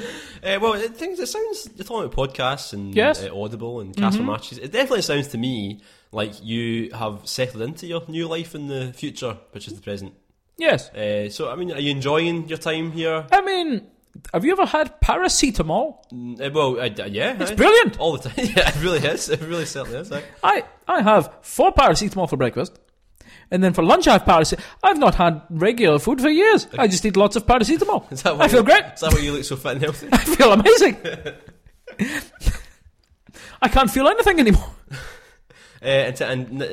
S2: Uh, well, it, things, it sounds. You're talking about podcasts and
S1: Yes.
S2: uh, Audible and Castle Matches. It definitely sounds to me like you have settled into your new life in the future, which is the present.
S1: yes.
S2: Uh, so, I mean, are you enjoying your time here?
S1: I mean, have you ever had paracetamol?
S2: Uh, well, I, I- yeah, it's
S1: brilliant.
S2: all the time. Yeah, it really is. It really certainly is. eh?
S1: I, I have four paracetamol for breakfast. And then for lunch, I have paracetamol. I've not had regular food for years. I just eat lots of paracetamol.
S2: Is that why
S1: I feel
S2: you,
S1: great.
S2: Is that why you look so fit and healthy? Uh,
S1: I feel amazing. I can't feel anything anymore.
S2: uh, and to, and uh,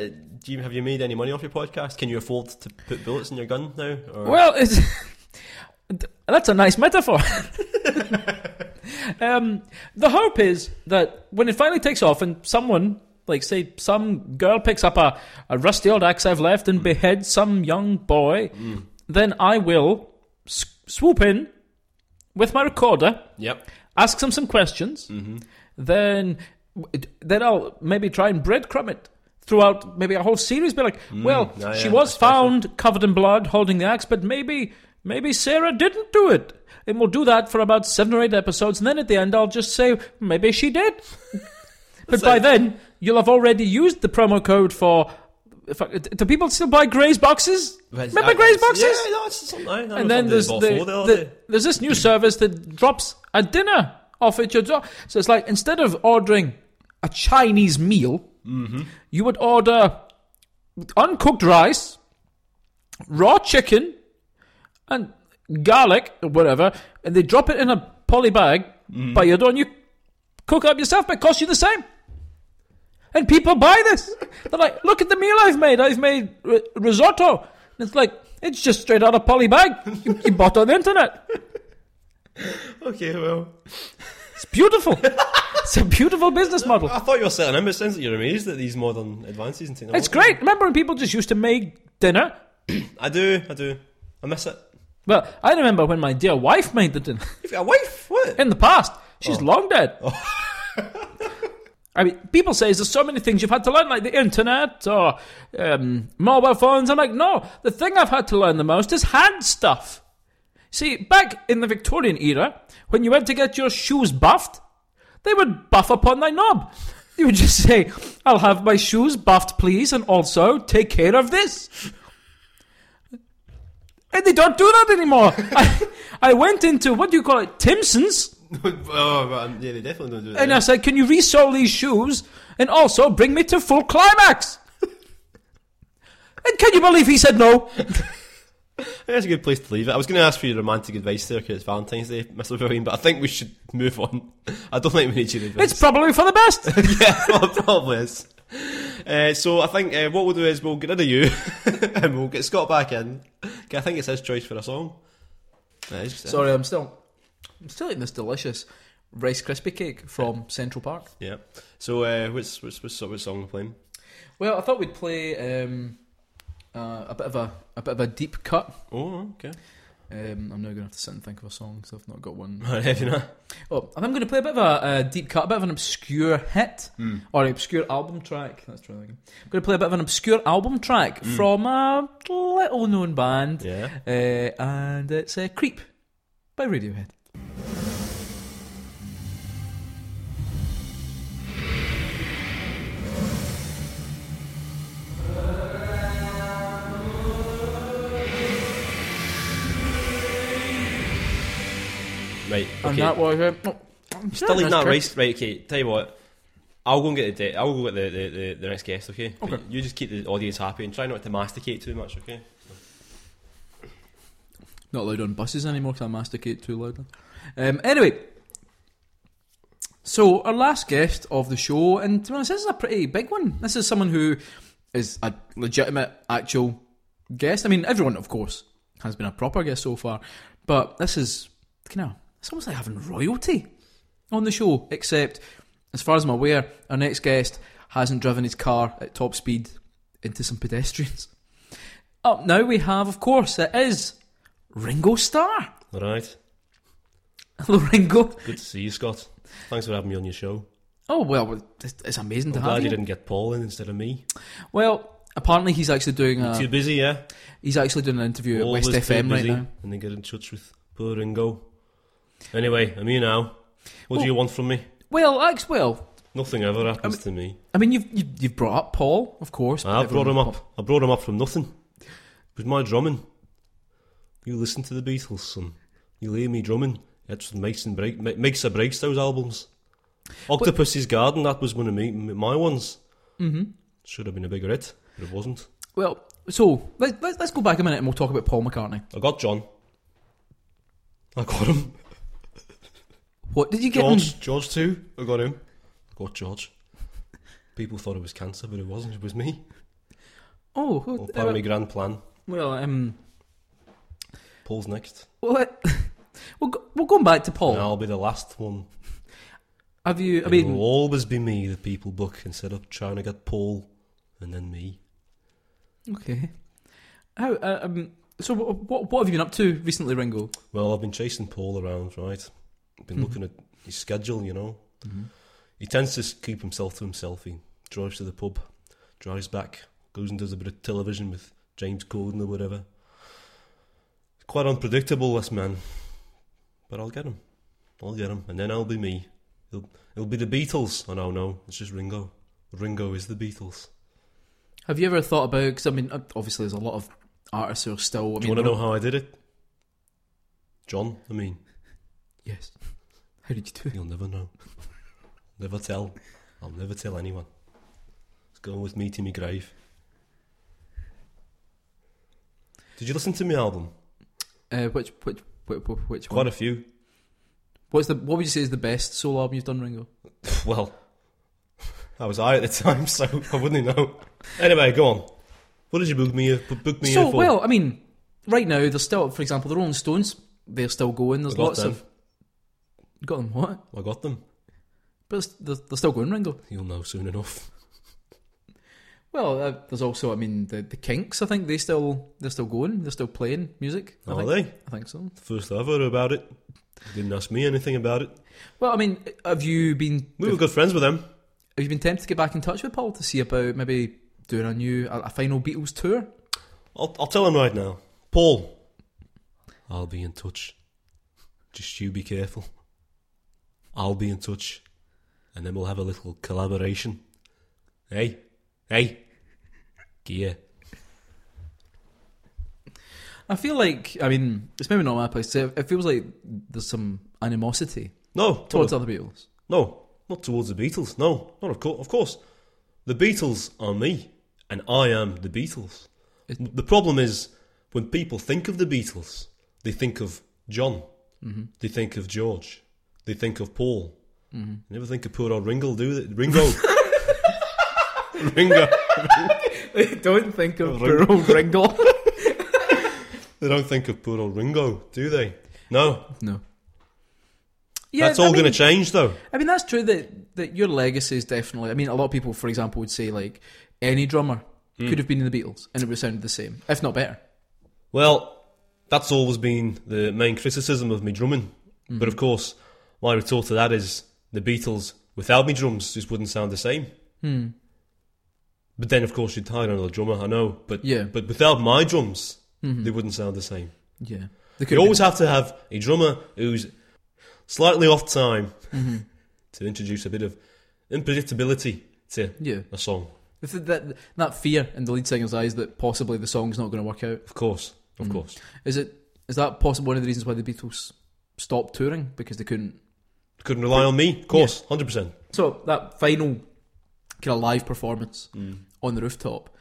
S2: do you, have you made any money off your podcast? Can you afford to put bullets in your gun now? Or?
S1: Well, it's, that's a nice metaphor. um, the hope is that when it finally takes off and someone, like say, some girl picks up a, a rusty old axe I've left and beheads some young boy, then I will s- swoop in with my recorder,
S2: yep. Mm-hmm.
S1: ask them some questions, then
S5: it- then I'll maybe try and breadcrumb it throughout maybe a whole series. Be like, well,
S2: Mm, yeah,
S5: she
S2: yeah,
S5: was
S2: that's special.
S5: found covered in blood holding the axe, but maybe maybe Sarah didn't do it. And we'll do that for about seven or eight episodes, and then at the end I'll just say maybe she did. but by then you'll have already used the promo code for. if I- Do people still buy Grey's boxes? Remember Grey's boxes?
S2: Yeah, no, it's something. I know
S5: and then there's
S2: the,
S5: the- the- there's this new service that drops a dinner off at your door. So it's like instead of ordering a Chinese meal, you would order uncooked rice, raw chicken, and garlic or whatever, and they drop it in a poly bag by your door, and you cook up yourself. But it costs you the same. And people buy this. They're like, look at the meal I've made. I've made r- risotto. And it's like, it's just straight out of poly bag. You, you bought on the internet.
S2: Okay, well,
S5: It's beautiful. It's a beautiful business model.
S2: I thought you were selling him. It sounds like you're amazed at these modern advances in technology.
S5: It's great. Remember when people just used to make dinner?
S2: I do, I do. I miss it.
S5: Well, I remember when my dear wife made the dinner
S2: You've got a wife. What?
S5: in the past. She's long dead. I mean, people say there's so many things you've had to learn, like the internet or um, mobile phones. I'm like, no, the thing I've had to learn the most is hand stuff. See, back in the Victorian era, when you went to get your shoes buffed, they would buff upon thy knob. You would just say, I'll have my shoes buffed, please, and also take care of this. And they don't do that anymore. I, I went into, what do you call it, Timson's?
S2: oh, but, um, yeah, they definitely don't do that.
S5: And I said, Can you resole these shoes and also bring me to full climax? and can you believe he said no?
S2: That's a good place to leave it. I was going to ask for your romantic advice there because it's Valentine's Day, Mr. William, but I think we should move on. I don't think we need your advice.
S5: It's probably for the best.
S2: yeah, well, it probably is. Uh, so I think uh, what we'll do is we'll get rid of you and we'll get Scott back in. 'Cause I think it's his choice for a song. Uh, it's-
S1: Sorry, I'm still, I'm still eating this delicious Rice Krispie cake from Central Park.
S2: Yeah. So uh, what's, what's, what's, what song we're playing?
S1: Well, I thought we'd play um, uh, a bit of a, a bit of a deep cut.
S2: Oh, okay.
S1: Um, I'm now going to have to sit and think of a song because I've not got one.
S2: Have you not?
S1: Oh, I'm going to play a bit of a, a deep cut, a bit of an obscure hit
S2: Hmm.
S1: or an obscure album track. Let's try that again. I'm going to play a bit of an obscure album track from a little known band,
S2: Hmm. Yeah.
S1: uh, and it's uh, "Creep" by Radiohead.
S2: Right.
S1: And
S2: Okay.
S1: that was uh, oh, I'm
S2: Still eating
S1: nice
S2: that
S1: crisp.
S2: rice. Right. Okay. Tell you what. I'll go and get the de- I'll go get the, the, the, the next guest. Okay. okay. You just keep the audience happy and try not to masticate too much. Okay.
S1: Not allowed on buses anymore because I masticate too loudly. Um, anyway, so our last guest of the show, and to be honest, this is a pretty big one. This is someone who is a legitimate, actual guest. I mean, everyone, of course, has been a proper guest so far, but this is, you know, it's almost like having royalty on the show, except, as far as I'm aware, our next guest hasn't driven his car at top speed into some pedestrians. Up now we have, of course, it is Ringo Starr.
S2: All right.
S1: Hello, Ringo.
S2: Good to see you, Scott. Thanks for having me on your show.
S1: Oh well, it's, it's amazing to
S2: Glad
S1: have
S2: you
S1: you.
S2: didn't get Paul in instead of me.
S1: Well, apparently he's actually doing
S2: Too
S1: a,
S2: busy, yeah.
S1: he's actually doing an interview Ah. at West
S2: Always too
S1: FM right
S2: busy,
S1: now.
S2: And then get in touch with poor Ringo. Anyway, I'm here now. What do you want from me?
S1: Well, Ax, well,
S2: Nothing ever happens to me.
S1: I mean, you've you've, you've brought up Paul, of course. but
S2: I brought him
S1: everyone-
S2: up. I brought him up from nothing. It was my drumming. You listen to the Beatles, son. You hear me drumming. It's from Mike's and Break, Mi- Mike's and Breakstow's albums. Octopus's Garden, that was one of me, m- my ones. Mm-hmm. Should have been a bigger hit, but it wasn't.
S1: Well, so let, let, let's go back a minute and we'll talk about Paul McCartney.
S2: I got John. I got him.
S1: What did you get? him?
S2: George, George too. I got him. I got George. People thought it was cancer, but it wasn't. It was me.
S1: Oh, who-
S2: Well, part
S1: uh,
S2: of my grand plan.
S1: well, um,
S2: Paul's next.
S1: well, let, we'll go, we're going back to Paul.
S2: And I'll be the last one.
S1: Have you? I
S2: It
S1: mean,
S2: will always be me the people book instead of trying to get Paul and then me.
S1: okay. How? Uh, um, so what, what what have you been up to recently, Ringo?
S2: Hmm. Mm-hmm. Well, I've been chasing Paul around, right? I've been looking at his schedule, you know. He tends to keep himself to himself. He drives to the pub, drives back, goes and does a bit of television with James Corden or whatever. Quite unpredictable, this man. But I'll get him. I'll get him, and then I'll be me. It'll, it'll be the Beatles. Oh no, no, it's just Ringo. Ringo is the Beatles.
S1: Have you ever thought about? Because I mean, ob- obviously, there's a lot of artists who are still. I
S2: Do
S1: mean,
S2: you want to know how I did it? John, I mean,
S1: Yes. How did you do it?
S2: you'll never know. Never tell. I'll never tell anyone. It's going with me to my grave. Did you listen to my album?
S1: Uh, which which which, which
S2: Quite
S1: one?
S2: a few.
S1: What's the what would you say is the best solo album you've done, Ringo?
S2: Well, I was high at the time, so I wouldn't know. Anyway, go on. What did you book me? uh, Book me
S1: so
S2: in for?
S1: well, I mean, right now there's still, for example, the Rolling Stones. They're still going.
S2: I
S1: There's
S2: got
S1: lots
S2: them.
S1: of got them what,
S2: I got them.
S1: but it's- they're, they're still going, Ringo.
S2: You'll know soon enough.
S1: Well, uh, there's also, I mean, the the Kinks. I think they still they're still going. They're still playing music. I
S2: Are
S1: think.
S2: they?
S1: I think so.
S2: First I've heard about it. Didn't ask me anything about it.
S1: Well, I mean, have you been
S2: We were good friends with them.
S1: have you been tempted to get back in touch with Paul to see about maybe doing a new a, a final Beatles tour?
S2: I'll, I'll tell him right now. Paul. I'll be in touch. Just you be careful. I'll be in touch. And then we'll have a little collaboration. Hey. Hey. Gear.
S1: I feel like, I mean, it's maybe not my place. To, it feels like there's some animosity
S2: No.
S1: towards other Beatles.
S2: No, not towards the Beatles. No, not of course. Of course, the Beatles are me, and I am the Beatles.
S1: It-
S2: the problem is when people think of the Beatles, they think of John, they think of George, they think of Paul.
S1: Mm-hmm.
S2: They never think of poor old Ringo, do they? Ringo. Ringo.
S1: Don't think of
S2: Ring-
S1: old Ringo.
S2: They don't think of poor old Ringo, do they? No.
S1: no. Yeah,
S2: That's all
S1: I mean,
S2: going to change, though.
S1: I mean, that's true that, that your legacy is definitely. I mean, a lot of people, for example, would say, like, any drummer
S2: Hmm.
S1: could have been in the Beatles and it would have sounded the same, if not better.
S2: Well, that's always been the main criticism of me drumming.
S1: Mm-hmm.
S2: But of course, my retort to that is the Beatles without me drums just wouldn't sound the same.
S1: Hmm.
S2: But then, of course, you'd hire another drummer. I know, but
S1: Yeah. Mm-hmm.
S2: but without my drums, they wouldn't sound the same.
S1: Yeah. They could
S2: You
S1: have
S2: always have to have a drummer who's slightly off time
S1: Mm-hmm.
S2: to introduce a bit of unpredictability to
S1: been- yeah.
S2: a song.
S1: If That, that, that fear in the lead singer's eyes that possibly the song's not going to work out.
S2: Of course,
S1: Mm-hmm.
S2: of course,
S1: Is it? Is that possible one of the reasons why the Beatles stopped touring? Because they couldn't
S2: couldn't rely on me. Of course, hundred percent.
S1: So that final kind of live performance
S2: Mm.
S1: on the rooftop,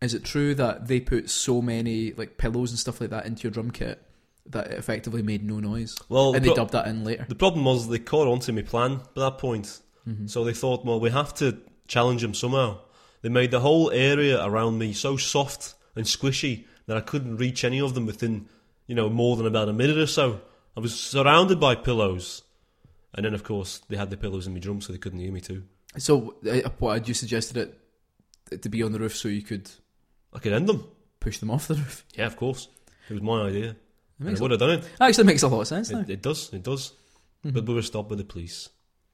S1: is it true that they put so many like pillows and stuff like that into your drum kit that it effectively made no noise?
S2: Well,
S1: and
S2: the
S1: they
S2: pro-
S1: dubbed that in later.
S2: The problem was they caught onto my plan by that point. So they thought, well, we have to challenge him somehow. They made the whole area around me so soft and squishy that I couldn't reach any of them within, you know, more than about a minute or so. I was surrounded by pillows. And then, of course, they had the pillows in my drum, so they couldn't hear me too.
S1: So uh, what had you suggested it- it to be on the roof so you could
S2: I could end them.
S1: push them off the roof?
S2: Yeah, of course. It was my idea. And
S1: makes
S2: I would have done it.
S1: That actually makes a lot of sense now.
S2: It, it does, it does. But we were stopped by the police.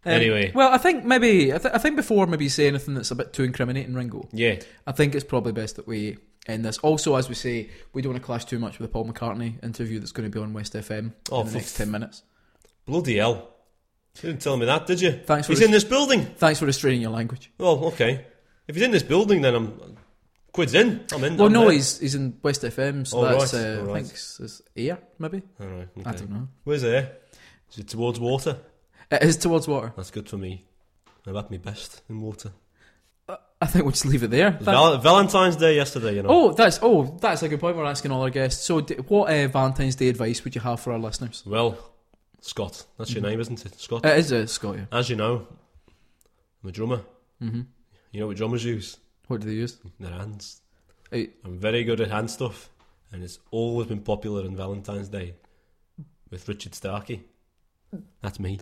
S1: Um,
S2: anyway.
S1: well, I think maybe I, th- I think before maybe you say anything that's a bit too incriminating, Ringo.
S2: Yeah.
S1: I think it's probably best that we end this. Also, as we say, we don't want to clash too much with the Paul McCartney interview that's going to be on West FM
S2: Oh,
S1: in the
S2: for
S1: next 10 minutes.
S2: Bloody hell. You didn't tell me that, did you?
S1: Thanks for
S2: He's
S1: the-
S2: in Oh, this building.
S1: Thanks for restraining your language.
S2: Well, okay. If he's in this building, then I'm quids in. I'm in.
S1: Well,
S2: I'm
S1: Oh, no,
S2: there.
S1: he's, he's in West FM, so
S2: Oh,
S1: that's,
S2: right,
S1: uh, I
S2: oh, right.
S1: think, it's it's air, maybe?
S2: All right. Okay.
S1: I don't know.
S2: Where's air? Is it towards water?
S1: It is towards water.
S2: That's good for me. I'm at my best in water.
S1: I think we'll just leave it there. That-
S2: Val- Valentine's Day yesterday, you know.
S1: oh, that's oh, that's a good point. We're asking all our guests. So, d- what uh, Valentine's Day advice would you have for our listeners?
S2: Well, Scott. That's
S1: Mm-hmm.
S2: your name, isn't it? Scott.
S1: It is uh, Scott. yeah.
S2: As you know, I'm a drummer. Mm-hmm. You know what drummers use?
S1: What do they use?
S2: Their hands.
S1: Uh,
S2: I'm very good at hand stuff, and it's always been popular on Valentine's Day with Richard Starkey. That's me.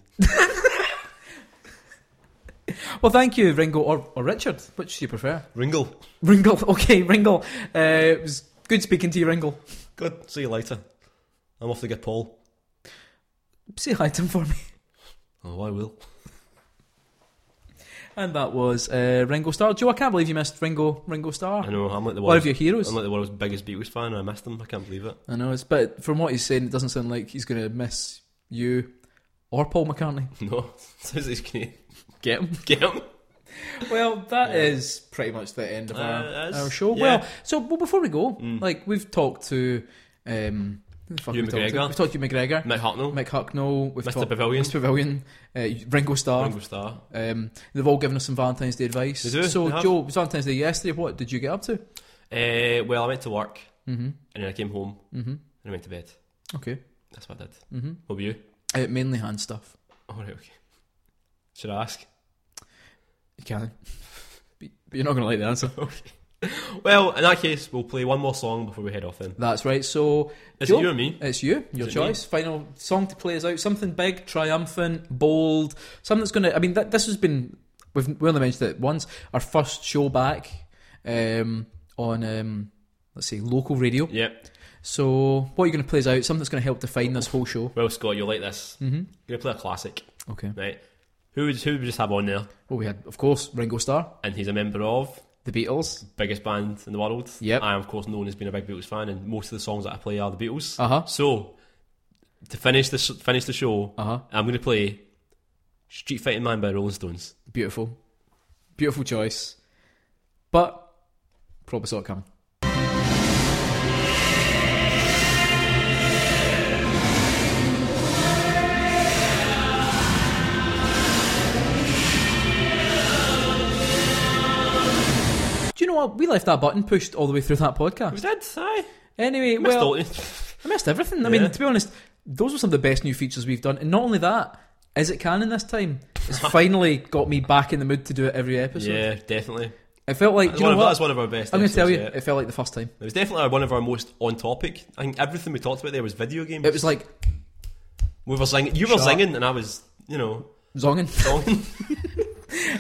S1: well, thank you, Ringo or, or Richard. Which do you prefer?
S2: Ringle.
S1: Ringle. Okay, Ringle. Uh, it was good speaking to you, Ringle.
S2: Good. See you later. I'm off to get Paul.
S1: Say hi to him for me.
S2: Oh, I will.
S1: And that was uh, Ringo Starr. Joe, I can't believe you missed Ringo Ringo Starr.
S2: I know. I'm like the
S1: One of
S2: world's,
S1: your heroes.
S2: I'm like the world's biggest Beatles fan. and I missed them. I can't believe it.
S1: I know, it's, but from what he's saying, it doesn't sound like he's going to miss you or Paul McCartney.
S2: No, sounds like he's gonna
S1: Get him.
S2: get him.
S1: Well, that is
S2: Yeah.
S1: pretty much the end of
S2: Uh,
S1: our,
S2: that's-
S1: our show.
S2: yeah. Mm.
S1: Well, so well, before we go, like we've talked to um, who the fuck
S2: Ewan
S1: we talked to?
S2: McGregor.
S1: We've talked to Ewan McGregor,
S2: Mick Hartnell,
S1: Mick Hucknall, we've
S2: Mr.
S1: talked
S2: Pavilion.
S1: Mr. Pavilion, uh, Ringo Starr.
S2: Ringo Starr.
S1: Um, they've all given us some Valentine's Day advice.
S2: They do,
S1: so,
S2: they have.
S1: Joe, it was Valentine's Day yesterday. What did you get up to?
S2: Uh, well, I went to work
S1: Mm-hmm.
S2: and then I came home
S1: Mm-hmm.
S2: and I went to bed.
S1: Okay.
S2: That's what I did.
S1: Mm-hmm.
S2: What were you?
S1: Uh, mainly hand stuff.
S2: Oh, right, okay. Should I ask?
S1: You can. but but you're not going to like the answer.
S2: Well, in that case, we'll play one more song before we head off. Then
S1: That's right. So,
S2: is
S1: Joe?
S2: it you or me?
S1: It's you, your
S2: it
S1: choice. Final song to play is out. Something big, triumphant, bold. Something that's going to. I mean, that, this has been. We've we only mentioned it once. Our first show back um, on um, let's see, local radio.
S2: Yep.
S1: So what you're going to play is out. Something that's going to help define this whole show.
S2: Well, Scott, you'll like this. Mm-hmm. You're gonna play a classic,
S1: Okay.
S2: right? Who would who would we just have on there?
S1: Well, we had, of course, Ringo Starr,
S2: And he's a member of
S1: The Beatles.
S2: biggest band in the world.
S1: Yep.
S2: I am, of course, known as being a big Beatles fan, and most of the songs that I play are the Beatles.
S1: Uh huh.
S2: So, to finish this, finish the show,
S1: Uh huh.
S2: I'm going to play "Street Fighting Man" by Rolling Stones.
S1: Beautiful, beautiful choice. But probably saw it coming. Do you know what? We left that button pushed all the way through that podcast.
S2: did, aye.
S1: Anyway,
S2: Missed
S1: well,
S2: all-
S1: I missed everything. I
S2: Yeah.
S1: mean, to be honest, those were some of the best new features we've done. And not only that, is it canon this time? It's finally got me back in the mood to do it every episode.
S2: yeah, definitely.
S1: It felt like,
S2: That's
S1: do you
S2: one,
S1: know
S2: of,
S1: what?
S2: that's one of our best.
S1: I'm going to tell you,
S2: episodes yet.
S1: it felt like the first time.
S2: it was definitely our- one of our most on topic. I think everything we talked about there was video games.
S1: It was like
S2: we were singing, you were
S1: Shut up.
S2: singing, and I was, you know,
S1: zonging.
S2: singing.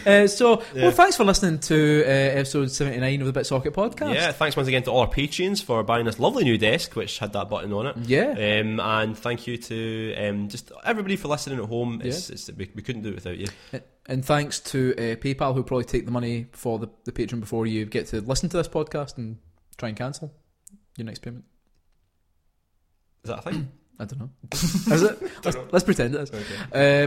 S1: Uh, so,
S2: Yeah.
S1: well, thanks for listening to uh, episode 79 of the Bitsocket podcast.
S2: yeah. Thanks once again to all our patrons for buying this lovely new desk, which had that button on it.
S1: Yeah.
S2: Um, and thank you to um, just everybody for listening at home. It's, it's, we, we couldn't do it without you.
S1: And thanks to uh, PayPal, who probably take the money for the, the patron before you get to listen to this podcast and try and cancel your next payment.
S2: Is that a thing?
S1: I don't know. Is it? let's,
S2: know.
S1: let's pretend it is.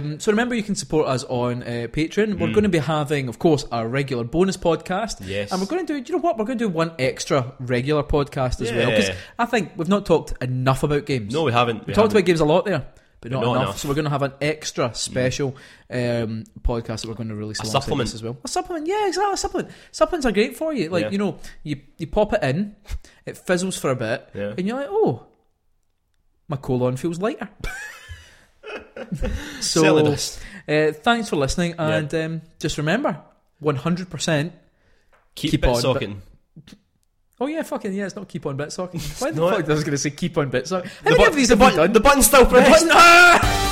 S1: Um, so remember, you can support us on uh, Patreon. We're going to be having, of course, our regular bonus podcast.
S2: Mm. Yes.
S1: And we're going to do, do you know what? We're going to do one extra regular podcast as well.
S2: Yeah.
S1: Because I think we've not talked enough about games.
S2: no, we haven't.
S1: we, talked about games a lot there, but not,
S2: not
S1: enough.
S2: enough. Mm.
S1: So we're going to have an extra special um, podcast that we're going to release
S2: A
S1: alongside
S2: supplement.
S1: this as well. A supplement, yeah, exactly. A supplement. Supplements are great for you. Like
S2: Yeah.
S1: you know, you you pop it in, it fizzles for a bit,
S2: Yeah.
S1: and you're like, oh, my colon feels lighter. so
S2: Certainly does.
S1: uh, thanks for listening, and um, just remember, one hundred percent.
S2: Keep,
S1: keep
S2: it
S1: on, but-
S2: socking.
S1: Oh yeah, fucking yeah! It's not keep on bit socking. Why the
S2: not.
S1: fuck? I was going to say keep on bit socking. How
S2: The
S1: many
S2: bu-
S1: of these
S2: the
S1: have we
S2: button-
S1: done?
S2: the button's still pressed.
S1: button- Ah!